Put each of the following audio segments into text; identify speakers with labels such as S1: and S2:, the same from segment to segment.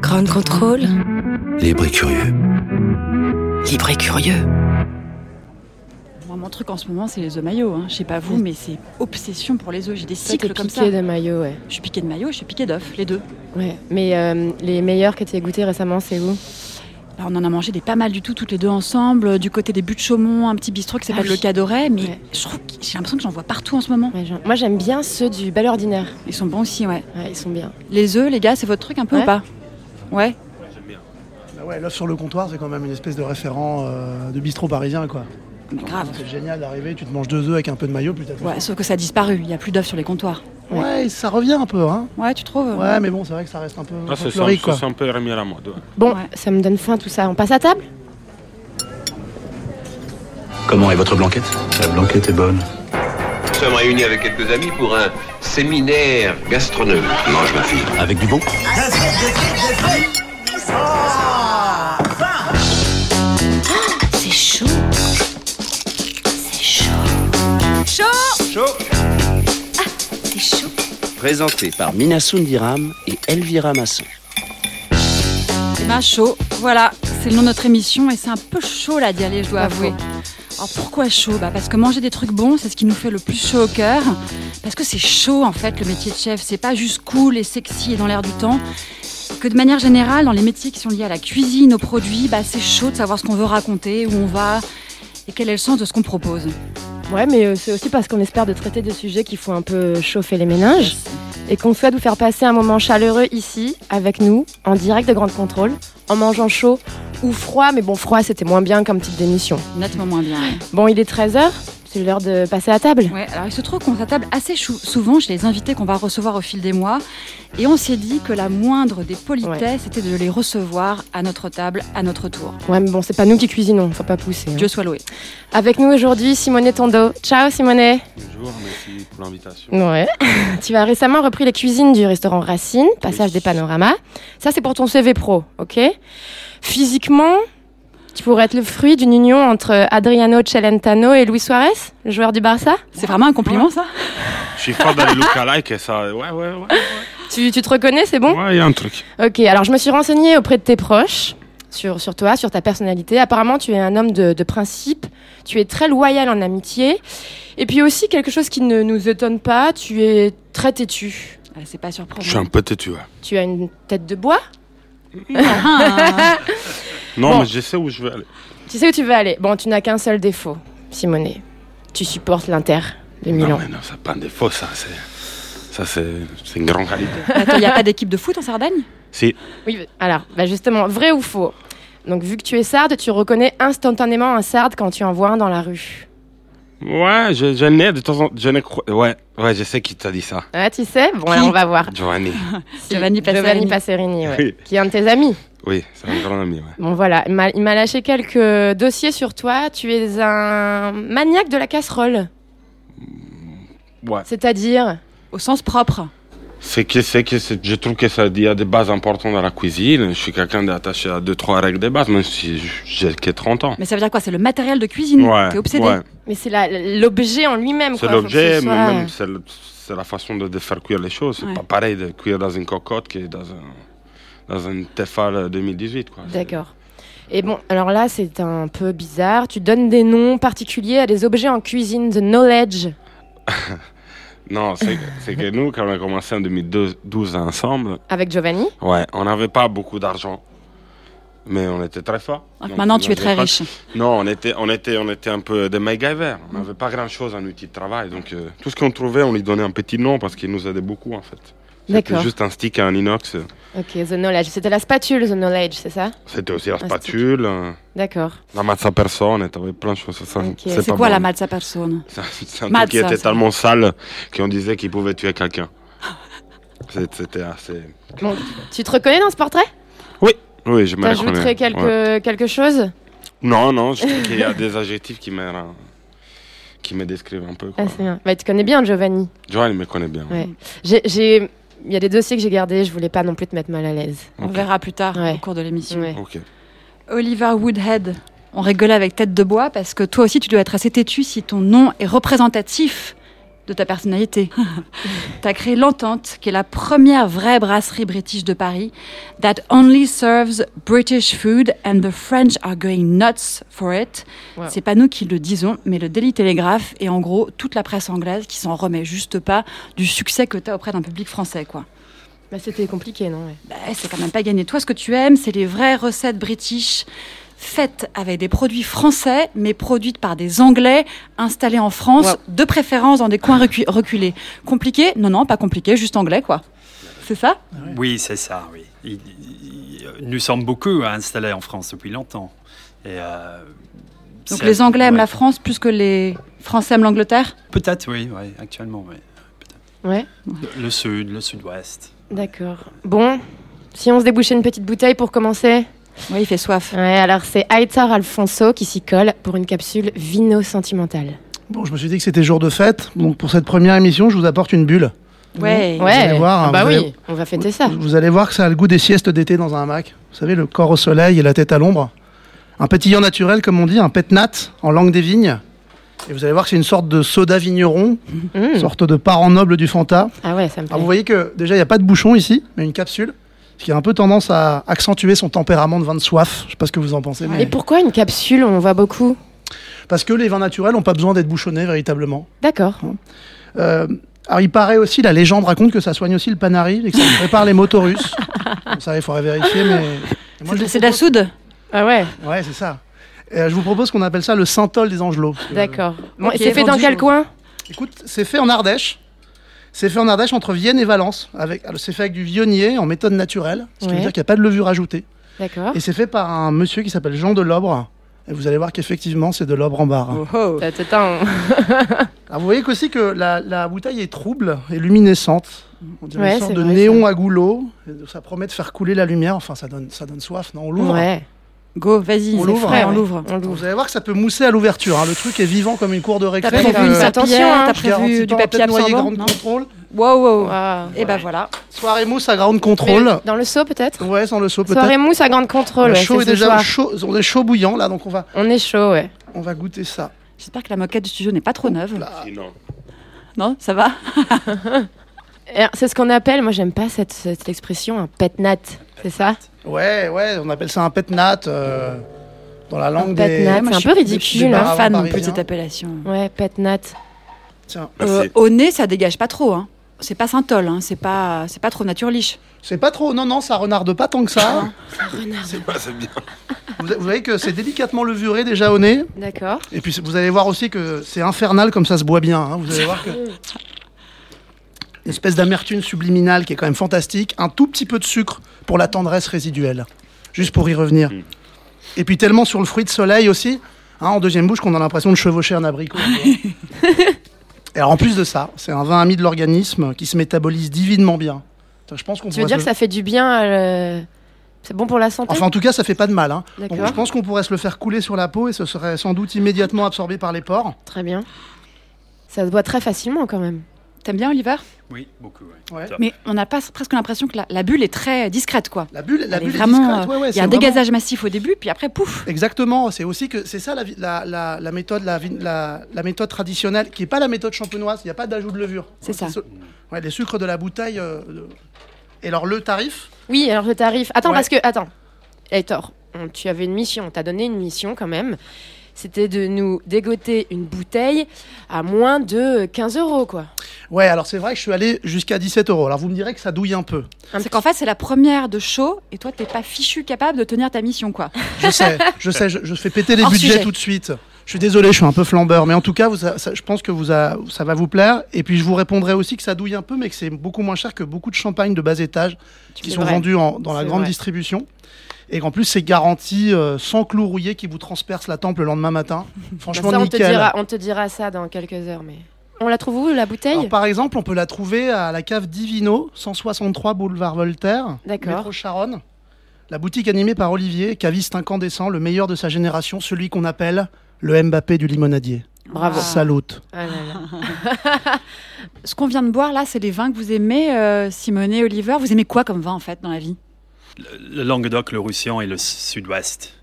S1: Grand contrôle.
S2: Libre et curieux.
S1: Libre et curieux.
S3: Moi, mon truc en ce moment, c'est les œufs maillots. Hein. Je sais pas vous, mais c'est obsession pour les œufs. J'ai des
S4: Toi, t'es
S3: cycles comme ça.
S4: piqué de maillot, ouais.
S3: Je suis piquée de maillot, je suis piquée d'œufs, les deux.
S4: ouais. Mais euh, les meilleurs que t'aies goûté récemment, c'est où
S3: Alors, on en a mangé des pas mal du tout, toutes les deux ensemble. euh, Du côté des buts de Chaumont, un petit bistrot qui s'appelle
S4: Ah
S3: le
S4: oui.
S3: Cadoret. Mais
S4: Ouais.
S3: je trouve que- j'ai l'impression que j'en vois partout en ce moment.
S4: Ouais, genre- Moi, j'aime bien ceux du bal ordinaire.
S3: Ils sont bons aussi, ouais.
S4: Ouais, ils sont bien.
S3: Les œufs, les gars, c'est votre truc un peu
S4: Ouais.
S3: ou pas Ouais.
S5: Bah ouais, l'œuf sur le comptoir, c'est quand même une espèce de référent euh, de bistrot parisien, quoi.
S3: Mais grave.
S5: C'est génial d'arriver, tu te manges deux œufs avec un peu de maillot, puis t'as tout.
S3: Ouais, sauf que ça a disparu. Il n'y a plus d'œufs sur les comptoirs.
S5: Ouais, ça revient un peu, hein.
S3: Ouais, tu trouves
S5: Ouais, mais bon, c'est vrai que ça reste un peu
S6: Ah, c'est
S5: folklorique,
S6: ça,
S5: quoi.
S6: c'est un peu remis à la mode. ouais.
S4: Bon,
S3: Ouais.
S4: ça me donne faim tout ça. On passe à table
S2: Comment est votre blanquette La blanquette est bonne.
S7: Nous sommes réunis avec quelques amis pour un séminaire gastronomique. Mange ma fille.
S2: Avec du bon
S1: Ah, C'est chaud. C'est chaud. Chaud Chaud C'est chaud.
S8: Présenté par Minasun Diram et Elvira Masson.
S3: Ben, chaud, voilà, c'est le nom de notre émission et c'est un peu chaud là d'y aller, je dois
S4: Pas
S3: avouer.
S4: faux.
S3: Alors pourquoi chaud bah, Parce que manger des trucs bons, c'est ce qui nous fait le plus chaud au cœur. Parce que c'est chaud en fait le métier de chef, c'est pas juste cool et sexy et dans l'air du temps. Que de manière générale, dans les métiers qui sont liés à la cuisine, aux produits, bah, c'est chaud de savoir ce qu'on veut raconter, où on va et quel est le sens de ce qu'on propose.
S4: Ouais, mais euh, c'est aussi parce qu'on espère de traiter de sujets qui font un peu chauffer les méninges et qu'on souhaite vous faire passer un moment chaleureux ici, avec nous, en direct de Grande Contrôle, en mangeant chaud ou froid, mais bon, froid c'était moins bien comme type d'émission.
S3: Nettement moins bien. ouais.
S4: Bon, il est 13h, c'est l'heure de passer à table.
S3: Ouais, alors il se trouve qu'on s'attable assez chou- souvent chez les invités qu'on va recevoir au fil des mois. Et on s'est dit que la moindre des politesses était de les recevoir à notre table, à notre tour.
S4: Ouais, mais bon, c'est pas nous qui cuisinons, faut pas pousser. hein.
S3: Dieu soit loué.
S4: Avec nous aujourd'hui, Simone Tondo. Ciao Simone
S6: Bonjour, merci pour l'invitation.
S4: Ouais. tu as récemment repris les cuisines du restaurant Racine, passage des panoramas. Ça, c'est pour ton CV pro, ok Physiquement, tu pourrais être le fruit d'une union entre Adriano Celentano et Luis Suarez, le joueur du Barça.
S3: C'est vraiment un compliment, ça
S6: Je suis fan des lookalikes et ça. Ouais, ouais, ouais.
S4: Tu, tu te reconnais, c'est bon
S6: Ouais, il y a un truc.
S4: Ok, alors je me suis renseignée auprès de tes proches sur, sur toi, sur ta personnalité. Apparemment, tu es un homme de, de principe, tu es très loyal en amitié. Et puis aussi, quelque chose qui ne nous étonne pas, tu es très têtu.
S3: Ah, C'est pas surprenant.
S6: Je suis un peu têtu. ouais.
S4: Tu as une tête de bois
S3: Ah,
S6: Non,
S4: Bon.
S6: mais je sais où je veux aller.
S4: Tu sais où tu veux aller Bon, tu n'as qu'un seul défaut, Simonet. Tu supportes l'Inter de Milan.
S6: Non, mais non, ça pas un défaut, ça. C'est, ça, c'est, c'est une grande qualité.
S3: Attends, il n'y a pas d'équipe de foot en Sardaigne
S6: Si,
S4: Oui, mais- alors, bah justement, vrai ou faux Donc, vu que tu es sarde, tu reconnais instantanément un sarde quand tu en vois un dans la rue.
S6: ouais, je, je n'ai de temps en temps. Je n'ai cro- Ouais, ouais, je sais qui t'a dit ça.
S4: Ouais, Ah, tu sais Bon, alors, on va voir.
S6: Giovanni.
S3: Giovanni Passerini.
S4: Giovanni Passerini, ouais.
S6: Oui.
S4: qui est un de tes amis.
S6: Oui, c'est un grand ami, ouais.
S4: Bon, voilà, il m'a- il m'a lâché quelques dossiers sur toi. Tu es un maniaque de la casserole,
S6: Ouais.
S4: c'est-à-dire
S3: Au sens propre.
S6: C'est que, c'est que c'est- je trouve que ça il y a des bases importantes dans la cuisine. Je suis quelqu'un d'attaché à deux, trois règles de base, même si j'ai que 30 ans.
S3: Mais ça veut dire quoi C'est le matériel de cuisine Mmh. T'es obsédé
S6: ouais.
S4: mais c'est la- l'objet en lui-même.
S6: C'est
S4: quoi, faut que ce
S6: l'objet, mais
S4: soit-
S6: même c'est le- c'est la façon de, de faire cuire les choses. C'est
S3: Ouais.
S6: pas pareil de cuire dans une cocotte que dans un, dans un Tefal 2018. quoi. C'est-
S4: D'accord. Et bon, alors là, c'est un peu bizarre. Tu donnes des noms particuliers à des objets en cuisine, the knowledge.
S6: Non, c'est c'est que nous, quand on a commencé en 2012 ensemble,
S4: Avec Giovanni
S6: ouais, on n'avait pas beaucoup d'argent. Mais on était très forts.
S3: Ah,
S6: Donc,
S3: Maintenant,
S6: on
S3: tu es
S6: n'avait
S3: très
S6: pas-
S3: riche.
S6: Non, on était, on, était, on était un peu des MacGyver. On n'avait pas grand-chose en outil de travail. Donc, euh, tout ce qu'on trouvait, on lui donnait un petit nom parce qu'il nous aidait beaucoup, en fait. C'était
S4: D'accord.
S6: juste un stick et un inox.
S4: Ok, the knowledge. C'était la spatule, the knowledge, c'est ça
S6: C'était aussi la
S4: stick.
S6: spatule. euh,
S4: D'accord.
S6: La mazza persone, t'avais plein de choses. Ça,
S4: Ok.
S6: c'est
S3: C'est
S6: pas
S3: quoi
S6: bon.
S3: la mazza personne
S6: C'est un- c'est un
S3: Mazza,
S6: truc qui était
S3: ça.
S6: tellement sale qu'on disait qu'il pouvait tuer quelqu'un. C'est- C'était assez.
S4: Bon, tu te reconnais dans ce portrait
S6: Oui, je me reconnais.
S4: T'ajouterais quelque,
S6: Ouais.
S4: quelque chose
S6: Non, non, je trouve qu'il y a des adjectifs qui me, ra- qui me décrivent un peu. Quoi.
S4: Ah, c'est bien. Bah, tu connais bien Giovanni.
S6: Johan, il me connaît bien.
S4: Ouais. J'ai- J'ai. Il y a des dossiers que j'ai gardés, je voulais pas non plus te mettre mal à l'aise.
S3: On
S6: Ok.
S3: verra plus tard
S4: Ouais.
S3: au cours de l'émission.
S4: Ouais.
S6: Ok.
S3: Oliver Woodhead. On rigolait avec tête de bois parce que toi aussi, tu dois être assez têtu si ton nom est représentatif de ta personnalité. tu as créé l'Entente, qui est la première vraie brasserie british de Paris, that only serves British food and the French are going nuts for it.
S4: Wow.
S3: C'est pas nous qui le disons, mais le Daily Telegraph et en gros toute la presse anglaise qui s'en remet juste pas du succès que tu as auprès d'un public français, quoi.
S4: Bah, c'était compliqué, non ouais.
S3: Bah, c'est quand même pas gagné. Toi, ce que tu aimes, c'est les vraies recettes british faites avec des produits français, mais produites par des Anglais installés en France,
S4: Wow.
S3: de préférence dans des coins recu- reculés. Compliqué Non, non, pas compliqué, juste anglais, quoi. C'est ça
S9: Oui, c'est ça, oui. Il- il- nous sommes beaucoup installés en France depuis longtemps. Et, euh,
S3: Donc
S9: c'est-
S3: les Anglais aiment
S9: ouais.
S3: la France plus que les Français aiment l'Angleterre
S9: Peut-être, oui, oui, actuellement, oui.
S4: Ouais,
S9: Le- Le sud, le sud-ouest.
S4: d'accord. Bon, si on se débouchait une petite bouteille pour commencer
S3: Oui, il fait soif.
S4: Ouais, alors c'est Aitor Alfonso qui s'y colle pour une capsule vino sentimentale.
S5: Bon, je me suis dit que c'était jour de fête. Donc, pour cette première émission, je vous apporte une bulle.
S3: Ouais.
S4: ouais.
S5: allez voir, hein,
S4: bah
S5: vous
S4: oui,
S5: allez-
S4: on va fêter ça.
S5: Vous allez voir que ça a le goût des siestes d'été dans un hamac. Vous savez, le corps au soleil et la tête à l'ombre. Un pétillant naturel, comme on dit, un pet nat en langue des vignes. Et vous allez voir que c'est une sorte de soda vigneron,
S4: Mmh.
S5: sorte de parent noble du Fanta.
S4: Ah ouais, ça me
S5: Alors vous
S4: plaît.
S5: voyez que déjà, il n'y a pas de bouchon ici, mais une capsule, ce qui a un peu tendance à accentuer son tempérament de vin de soif. Je sais pas ce que vous en pensez, mais...
S4: Et pourquoi une capsule On en voit beaucoup.
S5: Parce que les vins naturels n'ont pas besoin d'être bouchonnés véritablement.
S4: D'accord.
S5: Euh, alors il paraît aussi, la légende raconte que ça soigne aussi le panari et que ça prépare les motorus. Bon, ça, il faudrait vérifier, mais... Et moi, je
S3: C'est
S5: vous
S3: c'est de la
S5: propose-
S3: soude
S4: Ah ouais,
S5: Ouais, c'est ça. Euh, je vous propose qu'on appelle ça le Saint-Ol des Angelots. parce que-
S4: d'accord. Bon,
S3: Ok,
S4: et c'est fait dans
S3: vendu.
S4: quel coin
S5: Écoute, c'est fait en Ardèche. C'est fait en Ardèche entre Vienne et Valence. Avec, alors, c'est fait avec du vionnier en méthode naturelle, ce qui
S4: Ouais.
S5: veut dire qu'il n'y a pas de levure ajoutée.
S4: D'accord.
S5: Et c'est fait par un monsieur qui s'appelle Jean Delobre. Et vous allez voir qu'effectivement, c'est de l'obre en barre.
S4: T'as- t'as- t'as un-
S5: Alors, vous voyez qu'aussi que la, la bouteille est trouble et luminescente. On dirait
S4: Ouais,
S5: une sorte
S4: c'est
S5: de
S4: vrai,
S5: néon à goulot. Et Ça promet de faire couler la lumière. Enfin, ça donne, ça donne soif, non On l'ouvre.
S4: Ouais.
S3: Go, vas-y,
S5: On
S3: c'est
S5: l'ouvre, hein,
S3: frais,
S5: ouais.
S3: on l'ouvre.
S4: On l'ouvre.
S5: Vous allez voir que ça peut mousser à l'ouverture. hein. Le truc est vivant comme une cour de
S3: T'as
S5: récré.
S4: prévu
S5: donc,
S3: prévu une
S4: euh, attention,
S3: serpillière,
S4: hein,
S3: t'as
S5: je garantis
S3: prévu du
S5: pas la
S3: papier
S5: tête noyée,
S3: absorbant
S5: grande
S3: non
S5: contrôle.
S3: Wow, wow.
S4: Waouh.
S3: Et ben voilà.
S5: Soirée mousse à grande
S4: Mais
S5: contrôle.
S4: Dans le seau peut-être
S5: Ouais, sans le saut peut-être.
S4: Soirée mousse à grande contrôle.
S5: Le
S4: ouais,
S5: chaud
S4: c'est
S5: est
S4: ce
S5: déjà
S4: soir.
S5: chaud, on est chaud bouillant là, donc on va,
S4: On est chaud, ouais.
S5: on va goûter ça.
S3: J'espère que la moquette du studio n'est pas
S5: Oh
S3: trop neuve.
S6: Sinon,
S3: Non, ça va
S4: Et alors, C'est ce qu'on appelle, moi j'aime pas cette, cette expression, un pet nat. C'est ça
S5: Ouais, ouais, on appelle ça un pet nat euh, dans la langue
S4: pet
S5: des.
S4: nat,
S5: Moi,
S4: c'est un
S5: je
S4: peu
S5: suis-
S4: ridicule,
S5: je suis
S4: hein,
S5: pas
S3: fan non plus de
S5: parisien.
S3: cette appellation.
S4: Ouais, pet nat.
S5: Tiens,
S9: Bah,
S6: merci.
S3: Euh, au nez, ça dégage pas trop. Hein. C'est pas Saint-Ol, hein. c'est pas, c'est pas trop naturliche.
S5: c'est pas trop. Non, non, ça renarde pas tant que ça.
S4: Ah.
S6: C'est pas c'est bien.
S5: vous, vous voyez que c'est délicatement levuré déjà au nez,
S4: D'accord.
S5: et puis vous allez voir aussi que c'est infernal comme ça se boit bien. hein. Vous allez voir que. Une espèce d'amertume subliminale qui est quand même fantastique. Un tout petit peu de sucre pour la tendresse résiduelle. Juste pour y revenir. Et puis tellement sur le fruit de soleil aussi. hein, en deuxième bouche, qu'on a l'impression de chevaucher un abricot. tu vois. Et alors en plus de ça, c'est un vin ami de l'organisme qui se métabolise divinement bien. Putain, Je pense qu'on
S4: Tu veux
S5: pourrait
S4: dire
S5: se-
S4: que ça fait du bien à le- C'est bon pour la santé
S5: Enfin, en tout cas, ça fait pas de mal. hein. Donc,
S4: D'accord.
S5: je pense qu'on pourrait se le faire couler sur la peau et ce serait sans doute immédiatement absorbé par les pores.
S4: Très bien. Ça se boit très facilement quand même.
S3: T'aimes bien, Oliver
S9: Oui, beaucoup, oui.
S5: Ouais.
S9: Top.
S3: Mais on a pas, presque l'impression que la, la bulle est très discrète, quoi.
S5: La bulle, la
S3: Elle est
S5: bulle est
S3: vraiment, euh,
S5: discrète, ouais, ouais,
S3: Il y
S5: c'est
S3: a un
S5: vraiment-
S3: dégazage massif au début, puis après, pouf
S5: Exactement, c'est aussi que c'est ça la, vi- la, la, la méthode la, vi- la, la méthode traditionnelle qui est pas la méthode champenoise, il n'y a pas d'ajout de levure.
S3: C'est ça.
S5: so- ouais, les sucres de la bouteille euh, le- et alors le tarif
S4: Oui, alors le tarif. Attends,
S5: Ouais.
S4: parce que. Attends. Hector, on- tu avais une mission. T'as donné une mission quand même. C'était de nous dégoter une bouteille à moins de 15 euros, quoi.
S5: Ouais, alors c'est vrai que je suis allé jusqu'à 17 euros. Alors vous me direz que ça douille un peu.
S4: Un
S3: C'est qu'en fait, c'est la première de show, et toi, t'es pas fichu capable de tenir ta mission, quoi.
S5: Je sais, je sais, je, je fais péter les
S3: Hors
S5: budgets
S3: sujet.
S5: tout de suite. Je suis désolé, je suis un peu flambeur, mais en tout cas, vous, ça- ça- je pense que vous a- ça va vous plaire. Et puis je vous répondrai aussi que ça douille un peu, mais que c'est beaucoup moins cher que beaucoup de champagnes de bas étage qui
S4: C'est
S5: sont
S4: vrai.
S5: vendus en- dans la
S4: C'est
S5: grande
S4: vrai.
S5: distribution. Et qu'en plus, c'est garanti euh, sans clous rouillés qui vous transpercent la tempe le lendemain matin.
S4: Bah,
S5: Franchement,
S4: ça, on te,
S5: nickel.
S4: dira, on te dira ça dans quelques heures, mais. On la trouve où, la bouteille
S5: Alors, par exemple, on peut la trouver à la cave Divino, 163 boulevard Voltaire,
S4: D'accord.
S5: métro Charonne. La boutique animée par Olivier, caviste incandescent, le meilleur de sa génération, celui qu'on appelle le Mbappé du limonadier.
S4: Bravo.
S3: Ah.
S5: Salute.
S4: Ah là là.
S3: Ce qu'on vient de boire, là, c'est les vins que vous aimez, euh, Simonet, Oliver. Vous aimez quoi comme vin, en fait, dans la vie
S9: Le, le Languedoc, le Roussillon et le sud-ouest.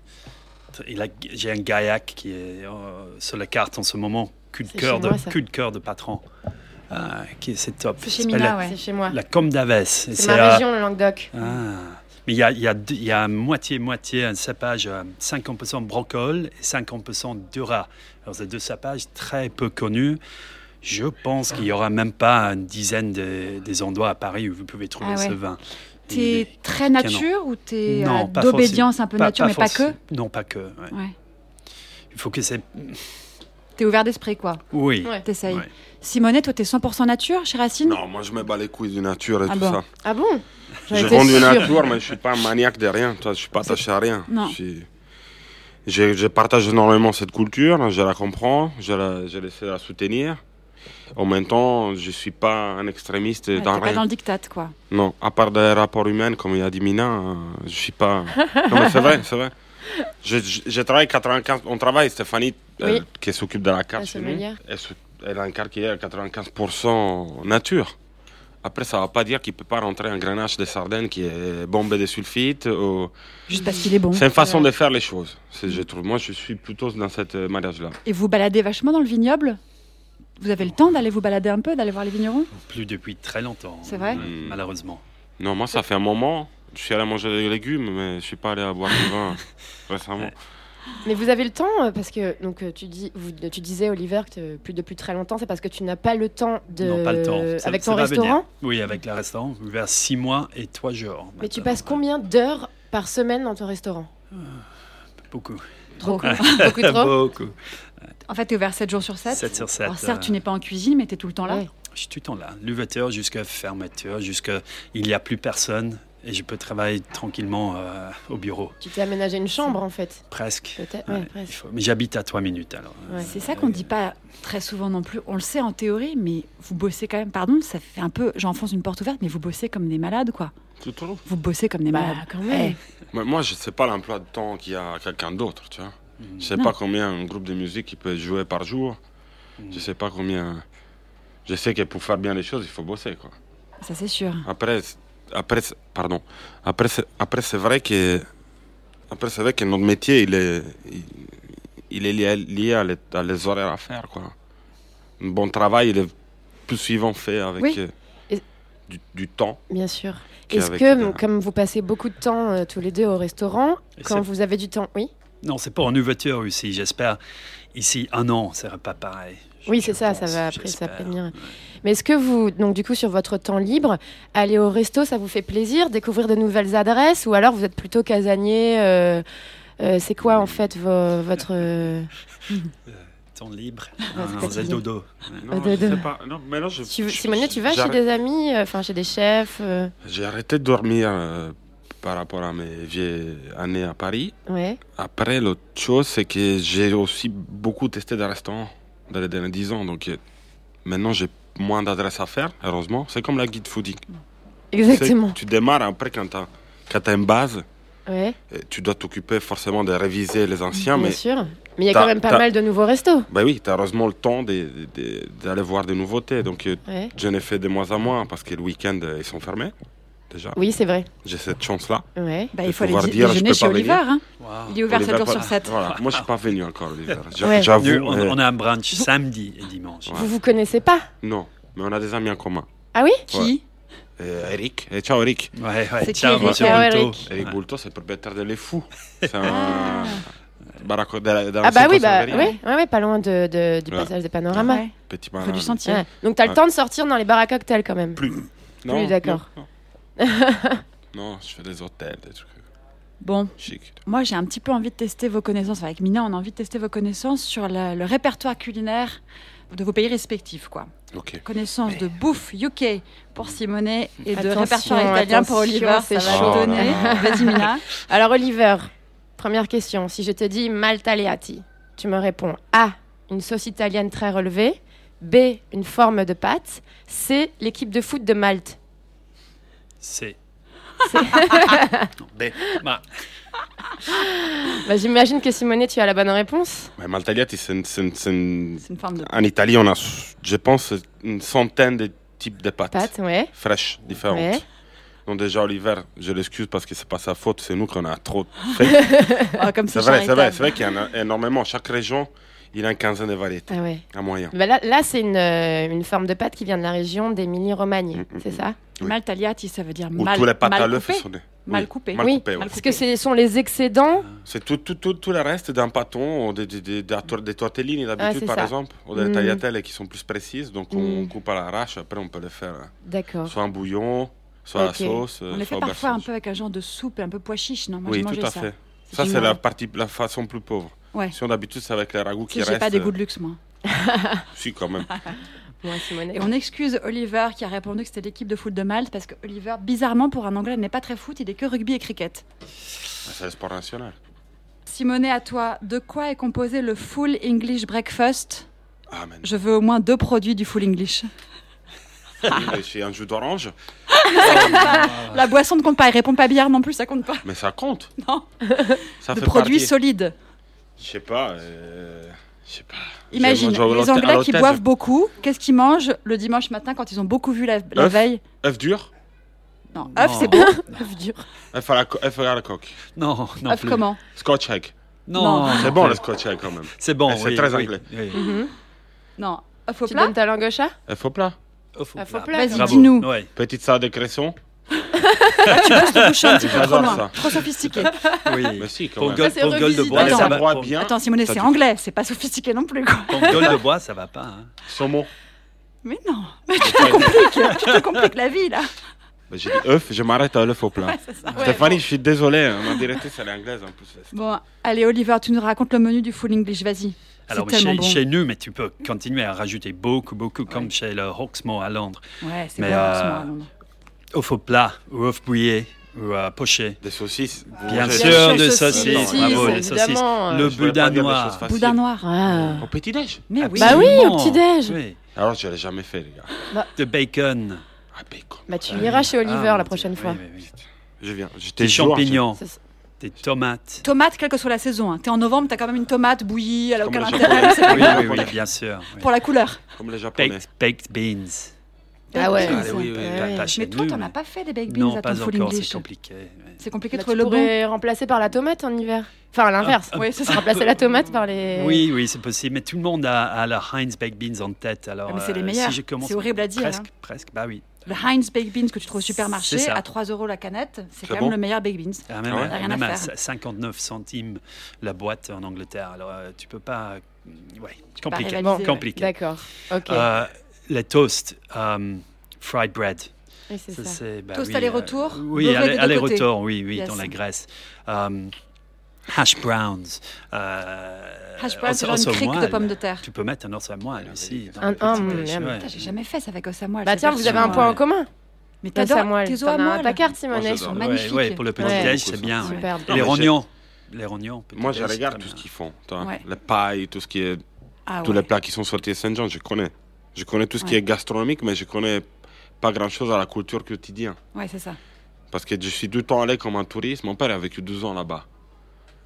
S9: Et là, J'ai un gaillac qui est euh, sur la carte en ce moment. Coup de
S4: C'est
S9: cœur
S4: chez
S9: de,
S4: moi, ça.
S9: coup de, cœur de patron. euh, qui c'est top.
S3: C'est
S9: Ça
S3: chez
S9: s'appelle
S3: Mina,
S9: la,
S3: ouais.
S4: C'est chez moi.
S9: la Comme d'Avès. Et
S4: C'est
S9: c'est, euh,
S4: ma région, le Languedoc.
S9: Ah. Mais il y a, il y, a, deux- il y a moitié-moitié un sapage euh, 50% brocol et 50% dura. Alors, c'est deux sapages très peu connus. Je pense qu'il n'y aura même pas une dizaine de- des endroits à Paris où vous pouvez trouver
S3: Ah ouais.
S9: ce vin. Il
S3: T'es
S9: est-
S3: très nature ou t'es euh,
S9: Non, pas
S3: d'obédience un peu
S9: pas-
S3: nature, mais pas que
S9: forcément- Non, pas que. ouais.
S3: Ouais.
S9: Il faut que c'est.
S3: T'es ouvert d'esprit, quoi.
S9: Oui.
S4: Ouais.
S3: T'essayes.
S9: Ouais.
S3: Simonet, toi, t'es 100% nature chez Racine
S6: Non, moi je me bats les couilles de nature et
S3: Ah
S6: tout
S3: bon.
S6: ça.
S4: Ah bon J'en
S6: Je
S4: étais
S6: vends du
S4: sûre.
S6: nature, mais je suis pas un maniaque de rien. Toi, je suis pas attaché à rien.
S3: Non.
S6: Je, suis- je- je partage énormément cette culture, je la comprends, je la, je essaie de la soutenir. En même temps, je suis pas un extrémiste
S3: Ouais, T'es
S6: dans
S3: pas
S6: rien.
S3: dans le dictat, quoi.
S6: Non, à part des rapports humains, comme il a dit Mina, euh, je suis pas. Non, mais c'est vrai, c'est vrai. Je, je- je travaille 95. On travaille, Stéphanie, elle,
S4: Oui.
S6: qui s'occupe de la
S3: Ah,
S6: carte
S4: La
S6: chez nous,
S4: sommelière.
S6: elle, se- elle a un carte qui est à 95% nature. Après, ça ne va pas dire qu'il ne peut pas rentrer un grenache de Sardaigne qui est bombé de sulfite. ou-
S3: Juste parce qu'il est bon.
S6: C'est une façon de faire les choses, c'est- je trouve. Moi, je suis plutôt dans cette euh, mariage-là.
S3: Et vous baladez vachement dans le vignoble Vous avez le temps d'aller vous balader un peu, d'aller voir les vignerons
S9: Plus depuis très longtemps.
S3: C'est vrai
S9: euh, Malheureusement.
S6: Non, moi, ça fait un moment. Je suis allé manger des légumes, mais je ne suis pas allé à boire du vin récemment.
S4: Mais vous avez le temps euh, parce que donc euh, tu dis vous- tu disais Oliver que euh, plus depuis très longtemps c'est parce que tu n'as pas le temps de
S9: Non, pas le temps. Ça-
S4: avec
S9: ça
S4: ton
S9: va venir.
S4: restaurant
S9: Oui, avec le restaurant. Vers 6 mois et 3 jours.
S4: mais tu
S9: maintenant.
S4: passes combien d'heures par semaine dans ton restaurant
S9: Beaucoup.
S3: Trop cool.
S4: Beaucoup trop. Oh,
S9: Beaucoup.
S3: En fait, t'es ouvert 7 jours sur 7.
S9: 7 sur 7.
S3: Alors certes,
S6: euh.
S3: tu n'es pas en cuisine, mais t'es tout le temps là.
S4: Ouais.
S9: Je suis tout le temps là. L'ouverture jusqu'à fermeture, jusqu'à il n'y a plus personne et je peux travailler tranquillement euh, au bureau,
S4: Tu t'es aménagé une chambre en fait
S9: presque.
S4: peut-être
S9: Ouais,
S4: ouais,
S9: il
S4: presque.
S9: faut- Mais j'habite à 3 minutes alors.
S4: Ouais.
S3: C'est ça qu'on ne dit pas très souvent non plus. On le sait en théorie, mais vous bossez quand même. Pardon, ça fait un peu. J'enfonce une porte ouverte, mais vous bossez comme des malades, quoi.
S6: Tu trouves
S3: Vous bossez comme des
S4: Bah
S3: malades.
S4: quand même.
S3: Eh,
S6: Mais moi, je ne sais pas l'emploi de temps qu'il y a à quelqu'un d'autre, tu vois. Je ne sais
S3: Non.
S6: pas combien un groupe de musique il peut jouer par jour.
S9: Mhm.
S6: Je ne sais pas combien... Je sais que pour faire bien les choses, il faut bosser, quoi.
S3: ça c'est sûr.
S6: Après, c'est- après, c'est- pardon. Après, c'est- après c'est vrai que... Après, c'est vrai que notre métier, il est, il, il est lié, lié à, les, à les horaires à faire, quoi. Un bon travail, il est plus souvent fait avec
S4: Oui.
S6: euh,
S4: Et-
S6: du, du temps.
S4: Bien sûr.
S6: Qu'est
S4: Est-ce
S6: avec
S4: que,
S6: le-
S4: donc, comme vous passez beaucoup de temps euh, tous les deux au restaurant,
S9: Et
S4: quand
S9: c'est-
S4: vous avez du temps, oui
S9: Non, c'est pas en ouverture ici. J'espère ici un an, ça sera pas pareil. Je-
S4: Oui,
S9: je
S4: c'est ça, ça
S9: pense,
S4: va après, ça
S9: j'espère.
S4: peut venir. Mais est-ce que vous, donc du coup, sur votre temps libre, aller au resto, ça vous fait plaisir, découvrir de nouvelles adresses, ou alors vous êtes plutôt casanier euh, euh, C'est quoi en fait vo- votre euh,
S9: Temps libre.
S4: Ouais, c'est
S9: Ah,
S4: fatigué.
S9: c'est dodo.
S6: Non,
S4: Ah, de-
S6: je
S4: de-
S6: sais pas. Non, mais là, je-
S4: tu,
S6: je-
S4: Simone, tu vas chez
S6: j'arrête-
S4: des amis, euh, enfin chez des chefs euh,
S6: J'ai arrêté de dormir euh, par rapport à mes vieilles années à Paris.
S4: Ouais.
S6: Après, l'autre chose, c'est que j'ai aussi beaucoup testé des restaurants dans les derniers 10 ans. Donc euh, maintenant, j'ai moins d'adresses à faire, heureusement. C'est comme la guide foodie.
S4: Exactement.
S6: Tu démarres après quand tu as, une base.
S4: Ouais,
S6: euh, Tu dois t'occuper forcément de réviser les anciens,
S4: bien
S6: mais
S4: sûr. Mais il y a
S6: t'as-
S4: quand même pas
S6: t'as-
S4: mal de nouveaux restos.
S6: bah oui, tu as heureusement le temps de- de- de- d'aller voir des nouveautés. Donc euh,
S4: Ouais.
S6: j'en ai fait de moins en moins parce que le week-end, euh, ils sont fermés. Déjà,
S4: Oui, c'est vrai.
S6: j'ai cette chance-là.
S4: Ouais.
S3: Bah,
S6: Il
S3: il
S6: faut
S3: faut aller
S6: voir
S3: dé-
S6: dire, je
S3: déjeuner
S6: peux
S3: chez
S6: pas
S3: Oliver.
S6: venir.
S3: hein.
S9: Wow.
S3: Il est ouvert
S6: Oliver
S3: 7 jours
S6: Paul-
S3: sur 7.
S6: Ah, Voilà, moi je suis pas venu encore, Oliver. J'a-
S4: Ouais.
S6: J'avoue.
S9: Nous, on,
S6: euh,
S9: on a un brunch samedi et dimanche.
S6: Ouais.
S4: Vous vous connaissez pas
S6: Non, mais on a des amis en commun.
S4: Ah oui
S3: Qui
S6: Euh, Eric, Eh, ciao Eric.
S9: Ouais, ouais,
S3: C'est qui,
S9: ciao,
S3: Eric
S9: monsieur
S4: Ah ouais,
S9: Bulto.
S4: Eric.
S6: Eric Boulto, c'est propriétaire de Les Fous. C'est un. baraque- de la- de
S4: Ah bah
S6: l'ancienne
S4: oui, bah,
S6: conserverie.
S4: oui, ouais, ouais, pas loin de, de- du
S6: Ouais.
S4: passage des panoramas.
S3: Ouais,
S6: Petit
S3: Rue
S6: malin.
S3: du sentier.
S4: Ouais. Donc t'as le
S6: Ouais.
S4: temps de sortir dans les bars à cocktails quand même.
S6: Plus. Non,
S4: Plus, d'accord.
S6: Non, non. Non, je fais des hôtels, des trucs euh,
S3: Bon,
S6: chics.
S3: moi j'ai un petit peu envie de tester vos connaissances. Enfin, avec Mina, on a envie de tester vos connaissances sur la- le répertoire culinaire de vos pays respectifs, quoi.
S6: Ok.
S3: Connaissance de bouffe UK pour Simonet et de
S4: Attention,
S3: répertoire italien pour
S4: attention,
S3: Oliver,
S4: c'est
S3: ça va
S6: chaud.
S3: donner.
S6: Oh là là.
S3: Vas-y Mina.
S4: Alors Oliver, première question. Si je te dis Malta Leati, tu me réponds A, une sauce italienne très relevée, B, une forme de pâte, C, l'équipe de foot de Malte.
S9: C'est.
S4: C'est-
S9: Non, B. Bah,
S4: Bah, J'imagine que Simonet, tu as la bonne réponse.
S6: Mais Maltagliati, c'est une- c'est une- c'est une-
S3: C'est une forme de
S6: En Italie, on a, je pense, une centaine de types de pâtes.
S4: Pâte, ouais.
S6: fraîches, différentes.
S4: Ouais.
S6: Donc déjà, Oliver, je l'excuse parce que c'est pas sa faute, c'est nous qu'on a trop fait.
S3: Ah, comme
S6: c'est
S3: c'est
S6: vrai, c'est vrai,
S3: charitable.
S6: c'est vrai qu'il y en a énormément. Chaque région, Il a une quinzaine de variétés,
S4: Ah ouais.
S6: à moyen.
S4: Bah là, là c'est une, euh, une forme de pâte qui vient de la région d'Émilie-Romagne,
S6: Mm, mm,
S4: c'est ça
S6: Oui.
S3: Maltagliati, ça veut dire
S6: Ou
S3: mal,
S6: tous les pâtes à
S3: mal
S6: l'œuf
S3: coupé.
S6: sont des-
S3: Mal
S6: oui,
S3: coupé.
S6: mal
S4: Oui,
S6: coupé,
S3: mal
S4: Parce que ce sont les excédents.
S6: C'est tout, tout, tout, tout le reste d'un pâton, ou des, des, des, des tor- des tortellini d'habitude
S4: c'est
S6: par
S4: ça.
S6: exemple, ou des
S4: Mm.
S6: tagliatelles qui sont plus précises, donc on
S4: Mm.
S6: coupe à l'arrache, après on peut les faire euh,
S4: D'accord.
S6: soit en bouillon, soit
S4: Ok.
S6: à la sauce, euh,
S3: Oh. On les
S6: soit
S3: fait
S6: au
S3: parfois un
S6: beurre
S3: peu avec un genre de soupe, un peu pois chiche, non Moi,
S6: Oui,
S3: j'ai
S6: tout
S3: mangé
S6: à
S3: ça.
S6: fait. Ça, c'est
S3: génial.
S6: la, partie, la façon plus pauvre.
S3: Ouais.
S6: Si on d'habitude, c'est avec les ragoûts
S3: Si
S6: qui
S3: j'ai
S6: restent.
S3: pas des
S6: euh,
S3: goûts de luxe, moi.
S6: Si, quand même.
S4: Moi, Simonet.
S3: Et on excuse Oliver qui a répondu que c'était l'équipe de foot de Malte parce que Oliver, bizarrement pour un Anglais, n'est pas très foot, il est que rugby et cricket.
S6: c'est le sport national.
S3: Simonet, à toi, de quoi est composé le Full English Breakfast
S6: Amen.
S3: Je veux au moins deux produits du Full English.
S6: Oui, mais c'est un jus d'orange,
S3: La boisson ne compte pas, il répond pas bière non plus, ça compte pas.
S6: mais ça compte.
S3: Non.
S6: Ça
S3: de
S6: fait
S3: produits
S6: partie.
S3: solides.
S6: Je sais pas. euh, Je sais pas.
S3: Imagine,
S6: J'ai- j'ai- à
S3: les
S6: l'hôtel-
S3: Anglais
S6: à
S3: qui
S6: l'hôtel,
S3: boivent beaucoup, qu'est-ce qu'ils mangent le dimanche matin quand ils ont beaucoup vu la, la
S6: Œuf.
S3: veille
S6: œuf dur,
S3: Non,
S9: Non.
S3: œuf c'est bon.
S4: Œuf dur.
S6: œuf à la, co- œuf à la coque.
S9: Non, non.
S3: œuf
S9: plus.
S3: comment
S6: Scotch egg.
S9: Non.
S6: C'est bon le scotch egg quand même.
S9: C'est bon,
S6: Eh, c'est
S9: oui,
S6: très
S9: oui,
S6: anglais.
S9: oui.
S4: Mhm.
S3: Non, œuf au
S4: Tu
S3: plat
S4: donnes ta langue au chat
S6: Œuf au plat.
S9: Au faux
S4: Ah, faux
S9: plat.
S4: plat,
S3: Vas-y,
S9: Bravo.
S3: dis-nous.
S9: Ouais.
S6: Petite salade de cresson.
S3: te boucher un petit peu trop
S6: J'adore
S3: loin.
S6: ça.
S3: Trop sophistiqué.
S9: Oui.
S6: Mais si, quand
S9: Pour
S6: même.
S9: gueule,
S4: c'est
S9: pour gueule de
S4: revisité.
S9: bois,
S3: Attends.
S9: ça va.
S6: Broie
S9: pour-
S6: bien.
S3: Attends, Simonet,
S6: Ça,
S3: c'est
S6: tu-
S3: anglais, c'est pas sophistiqué non plus, quoi.
S9: pour gueule de bois, ça va pas. hein.
S6: Saumon.
S3: Mais non, mais tu te compliques, tu te compliques la vie, là.
S6: Bah, J'ai dit œuf, je m'arrête à l'œuf au plat. Stéphanie, je suis désolé, hein, ma directrice elle est anglaise en plus.
S3: Bon, allez, Oliver, tu nous racontes le menu du full English, vas-y.
S9: Alors
S3: tellement
S9: chez,
S3: bon.
S9: chez nous, mais tu peux continuer à rajouter beaucoup, beaucoup, comme chez le Hawksmoor à Londres.
S3: Ouais, c'est bon,
S9: Mais,
S3: en ce
S9: euh,
S3: moment, à Londres.
S9: Œuf au plat, ou œuf bouillé, ou euh, poché.
S6: Des saucisses. vous
S9: Bien
S6: mangez-
S9: sûr,
S4: sûr,
S9: de
S4: les
S9: saucisses.
S6: saucisses,
S9: Bravo, les saucisses.
S4: évidemment.
S6: Je
S9: Le
S6: voulais pas
S9: boudin
S6: dire des
S9: noir.
S6: choses faciles.
S3: Boudin noir.
S4: Ah.
S6: Au petit déj.
S3: Mais oui.
S4: Bah oui,
S9: Absolument.
S4: au petit-déj.
S9: Oui.
S6: Alors je l'ai jamais fait les gars.
S9: De bacon.
S6: Ah bacon.
S4: Bah, tu iras chez Oliver
S9: Ah,
S4: la
S9: mon
S4: prochaine
S9: Dieu.
S4: fois.
S9: Oui, oui, oui.
S6: Je viens. J'étais
S9: Des champignons,
S4: Ça, c'est-
S9: des tomates.
S3: Tomate, quelle que soit la saison. hein. T'es en novembre, t'as quand même une tomate bouillie, elle a
S6: Comme
S3: aucun
S6: la
S3: intérêt,
S6: japonaise.
S3: c'est pas
S9: Oui,
S3: grave.
S9: oui, oui, bien sûr. oui.
S3: Pour la couleur.
S6: Comme les japonais.
S9: Baked, baked beans.
S4: Ah ouais.
S3: Ah,
S9: oui, oui,
S4: Ouais,
S9: pas-
S4: ouais.
S9: pas chez
S3: Mais toi,
S9: nous,
S3: t'en
S9: mais-
S3: as pas fait des baked beans
S9: Non,
S3: à
S9: pas
S3: ton full
S9: encore,
S3: English.
S9: c'est compliqué. ouais.
S3: C'est compliqué
S4: Bah,
S3: de
S4: tu
S3: trouver le bon.
S4: pourrais remplacer par la tomate en hiver. Enfin, à l'inverse.
S9: Ah,
S3: Oui, c'est ça.
S4: Remplacer la tomate par les.
S9: Oui, oui, c'est possible. Mais tout le monde a, a la Heinz Baked Beans en tête. Alors,
S3: Ah, mais c'est les
S9: euh,
S3: meilleurs.
S9: Si je commence
S3: C'est horrible à dire,
S9: Presque,
S3: hein.
S9: presque. Bah oui.
S3: Le Heinz Baked Beans que tu trouves au supermarché
S9: C'est ça.
S3: à 3 euros la canette, c'est
S6: C'est
S3: quand
S6: bon
S3: même le meilleur Baked Beans.
S9: Ah, même
S6: Ah ouais.
S9: à,
S3: Rien
S9: même
S3: à
S9: à
S3: faire.
S9: 59 centimes la boîte en Angleterre. Alors, euh, tu peux pas. Ouais, compliqué.
S3: rivaliser, ouais.
S9: compliqué.
S4: D'accord. Ok.
S9: Euh, les toasts, euh, fried bread.
S4: Oui, c'est
S9: Ça,
S4: ça.
S9: c'est- bah
S3: Toast
S9: oui,
S3: aller-retour,
S9: euh, oui,
S3: beurré des
S9: aller-
S3: deux côtés.
S9: aller-retour, oui, oui,
S3: Yes.
S9: dans la Grèce. Um, hash browns. euh,
S3: Hash brown, c'est
S9: os-
S3: genre une
S9: os au
S3: crique de
S9: moelle.
S3: pommes de terre. mm,
S9: Tu peux mettre un os à moelle aussi. dans
S4: Un-
S9: le petit
S4: un,
S9: déj,
S4: miam.
S9: ouais.
S3: Putain, J'ai jamais fait ça avec Osamuel.
S4: Bah tiens, vous avez un point en commun.
S3: Mais
S4: T'as
S3: t'adores tes os à
S4: ta
S3: moelle.
S4: carte,
S6: Moi,
S4: Simonet.
S6: j'adore.
S3: sont
S9: Ouais,
S3: magnifiques.
S9: ouais, pour le petit
S4: Ouais.
S9: déj, c'est bien.
S6: Ouais.
S4: Superbe.
S9: Et les
S6: Non, mais
S9: rognons. Les rognons. petit
S6: Moi,
S9: déj,
S6: je
S9: c'est
S6: regarde
S9: très
S6: tout ce
S9: bien.
S6: qu'ils font. tu vois.
S3: Ouais.
S6: Les pailles, tout ce qui est,
S3: Ah
S6: tous
S3: ouais.
S6: les plats qui sont sortis de Saint-Jean, je connais. Je connais tout ce qui
S3: Ouais.
S6: est gastronomique, mais je connais pas grand-chose à la culture quotidienne.
S3: Ouais, c'est ça.
S6: Parce que je suis tout le temps allé comme un touriste. Mon père a vécu 12 ans là-bas.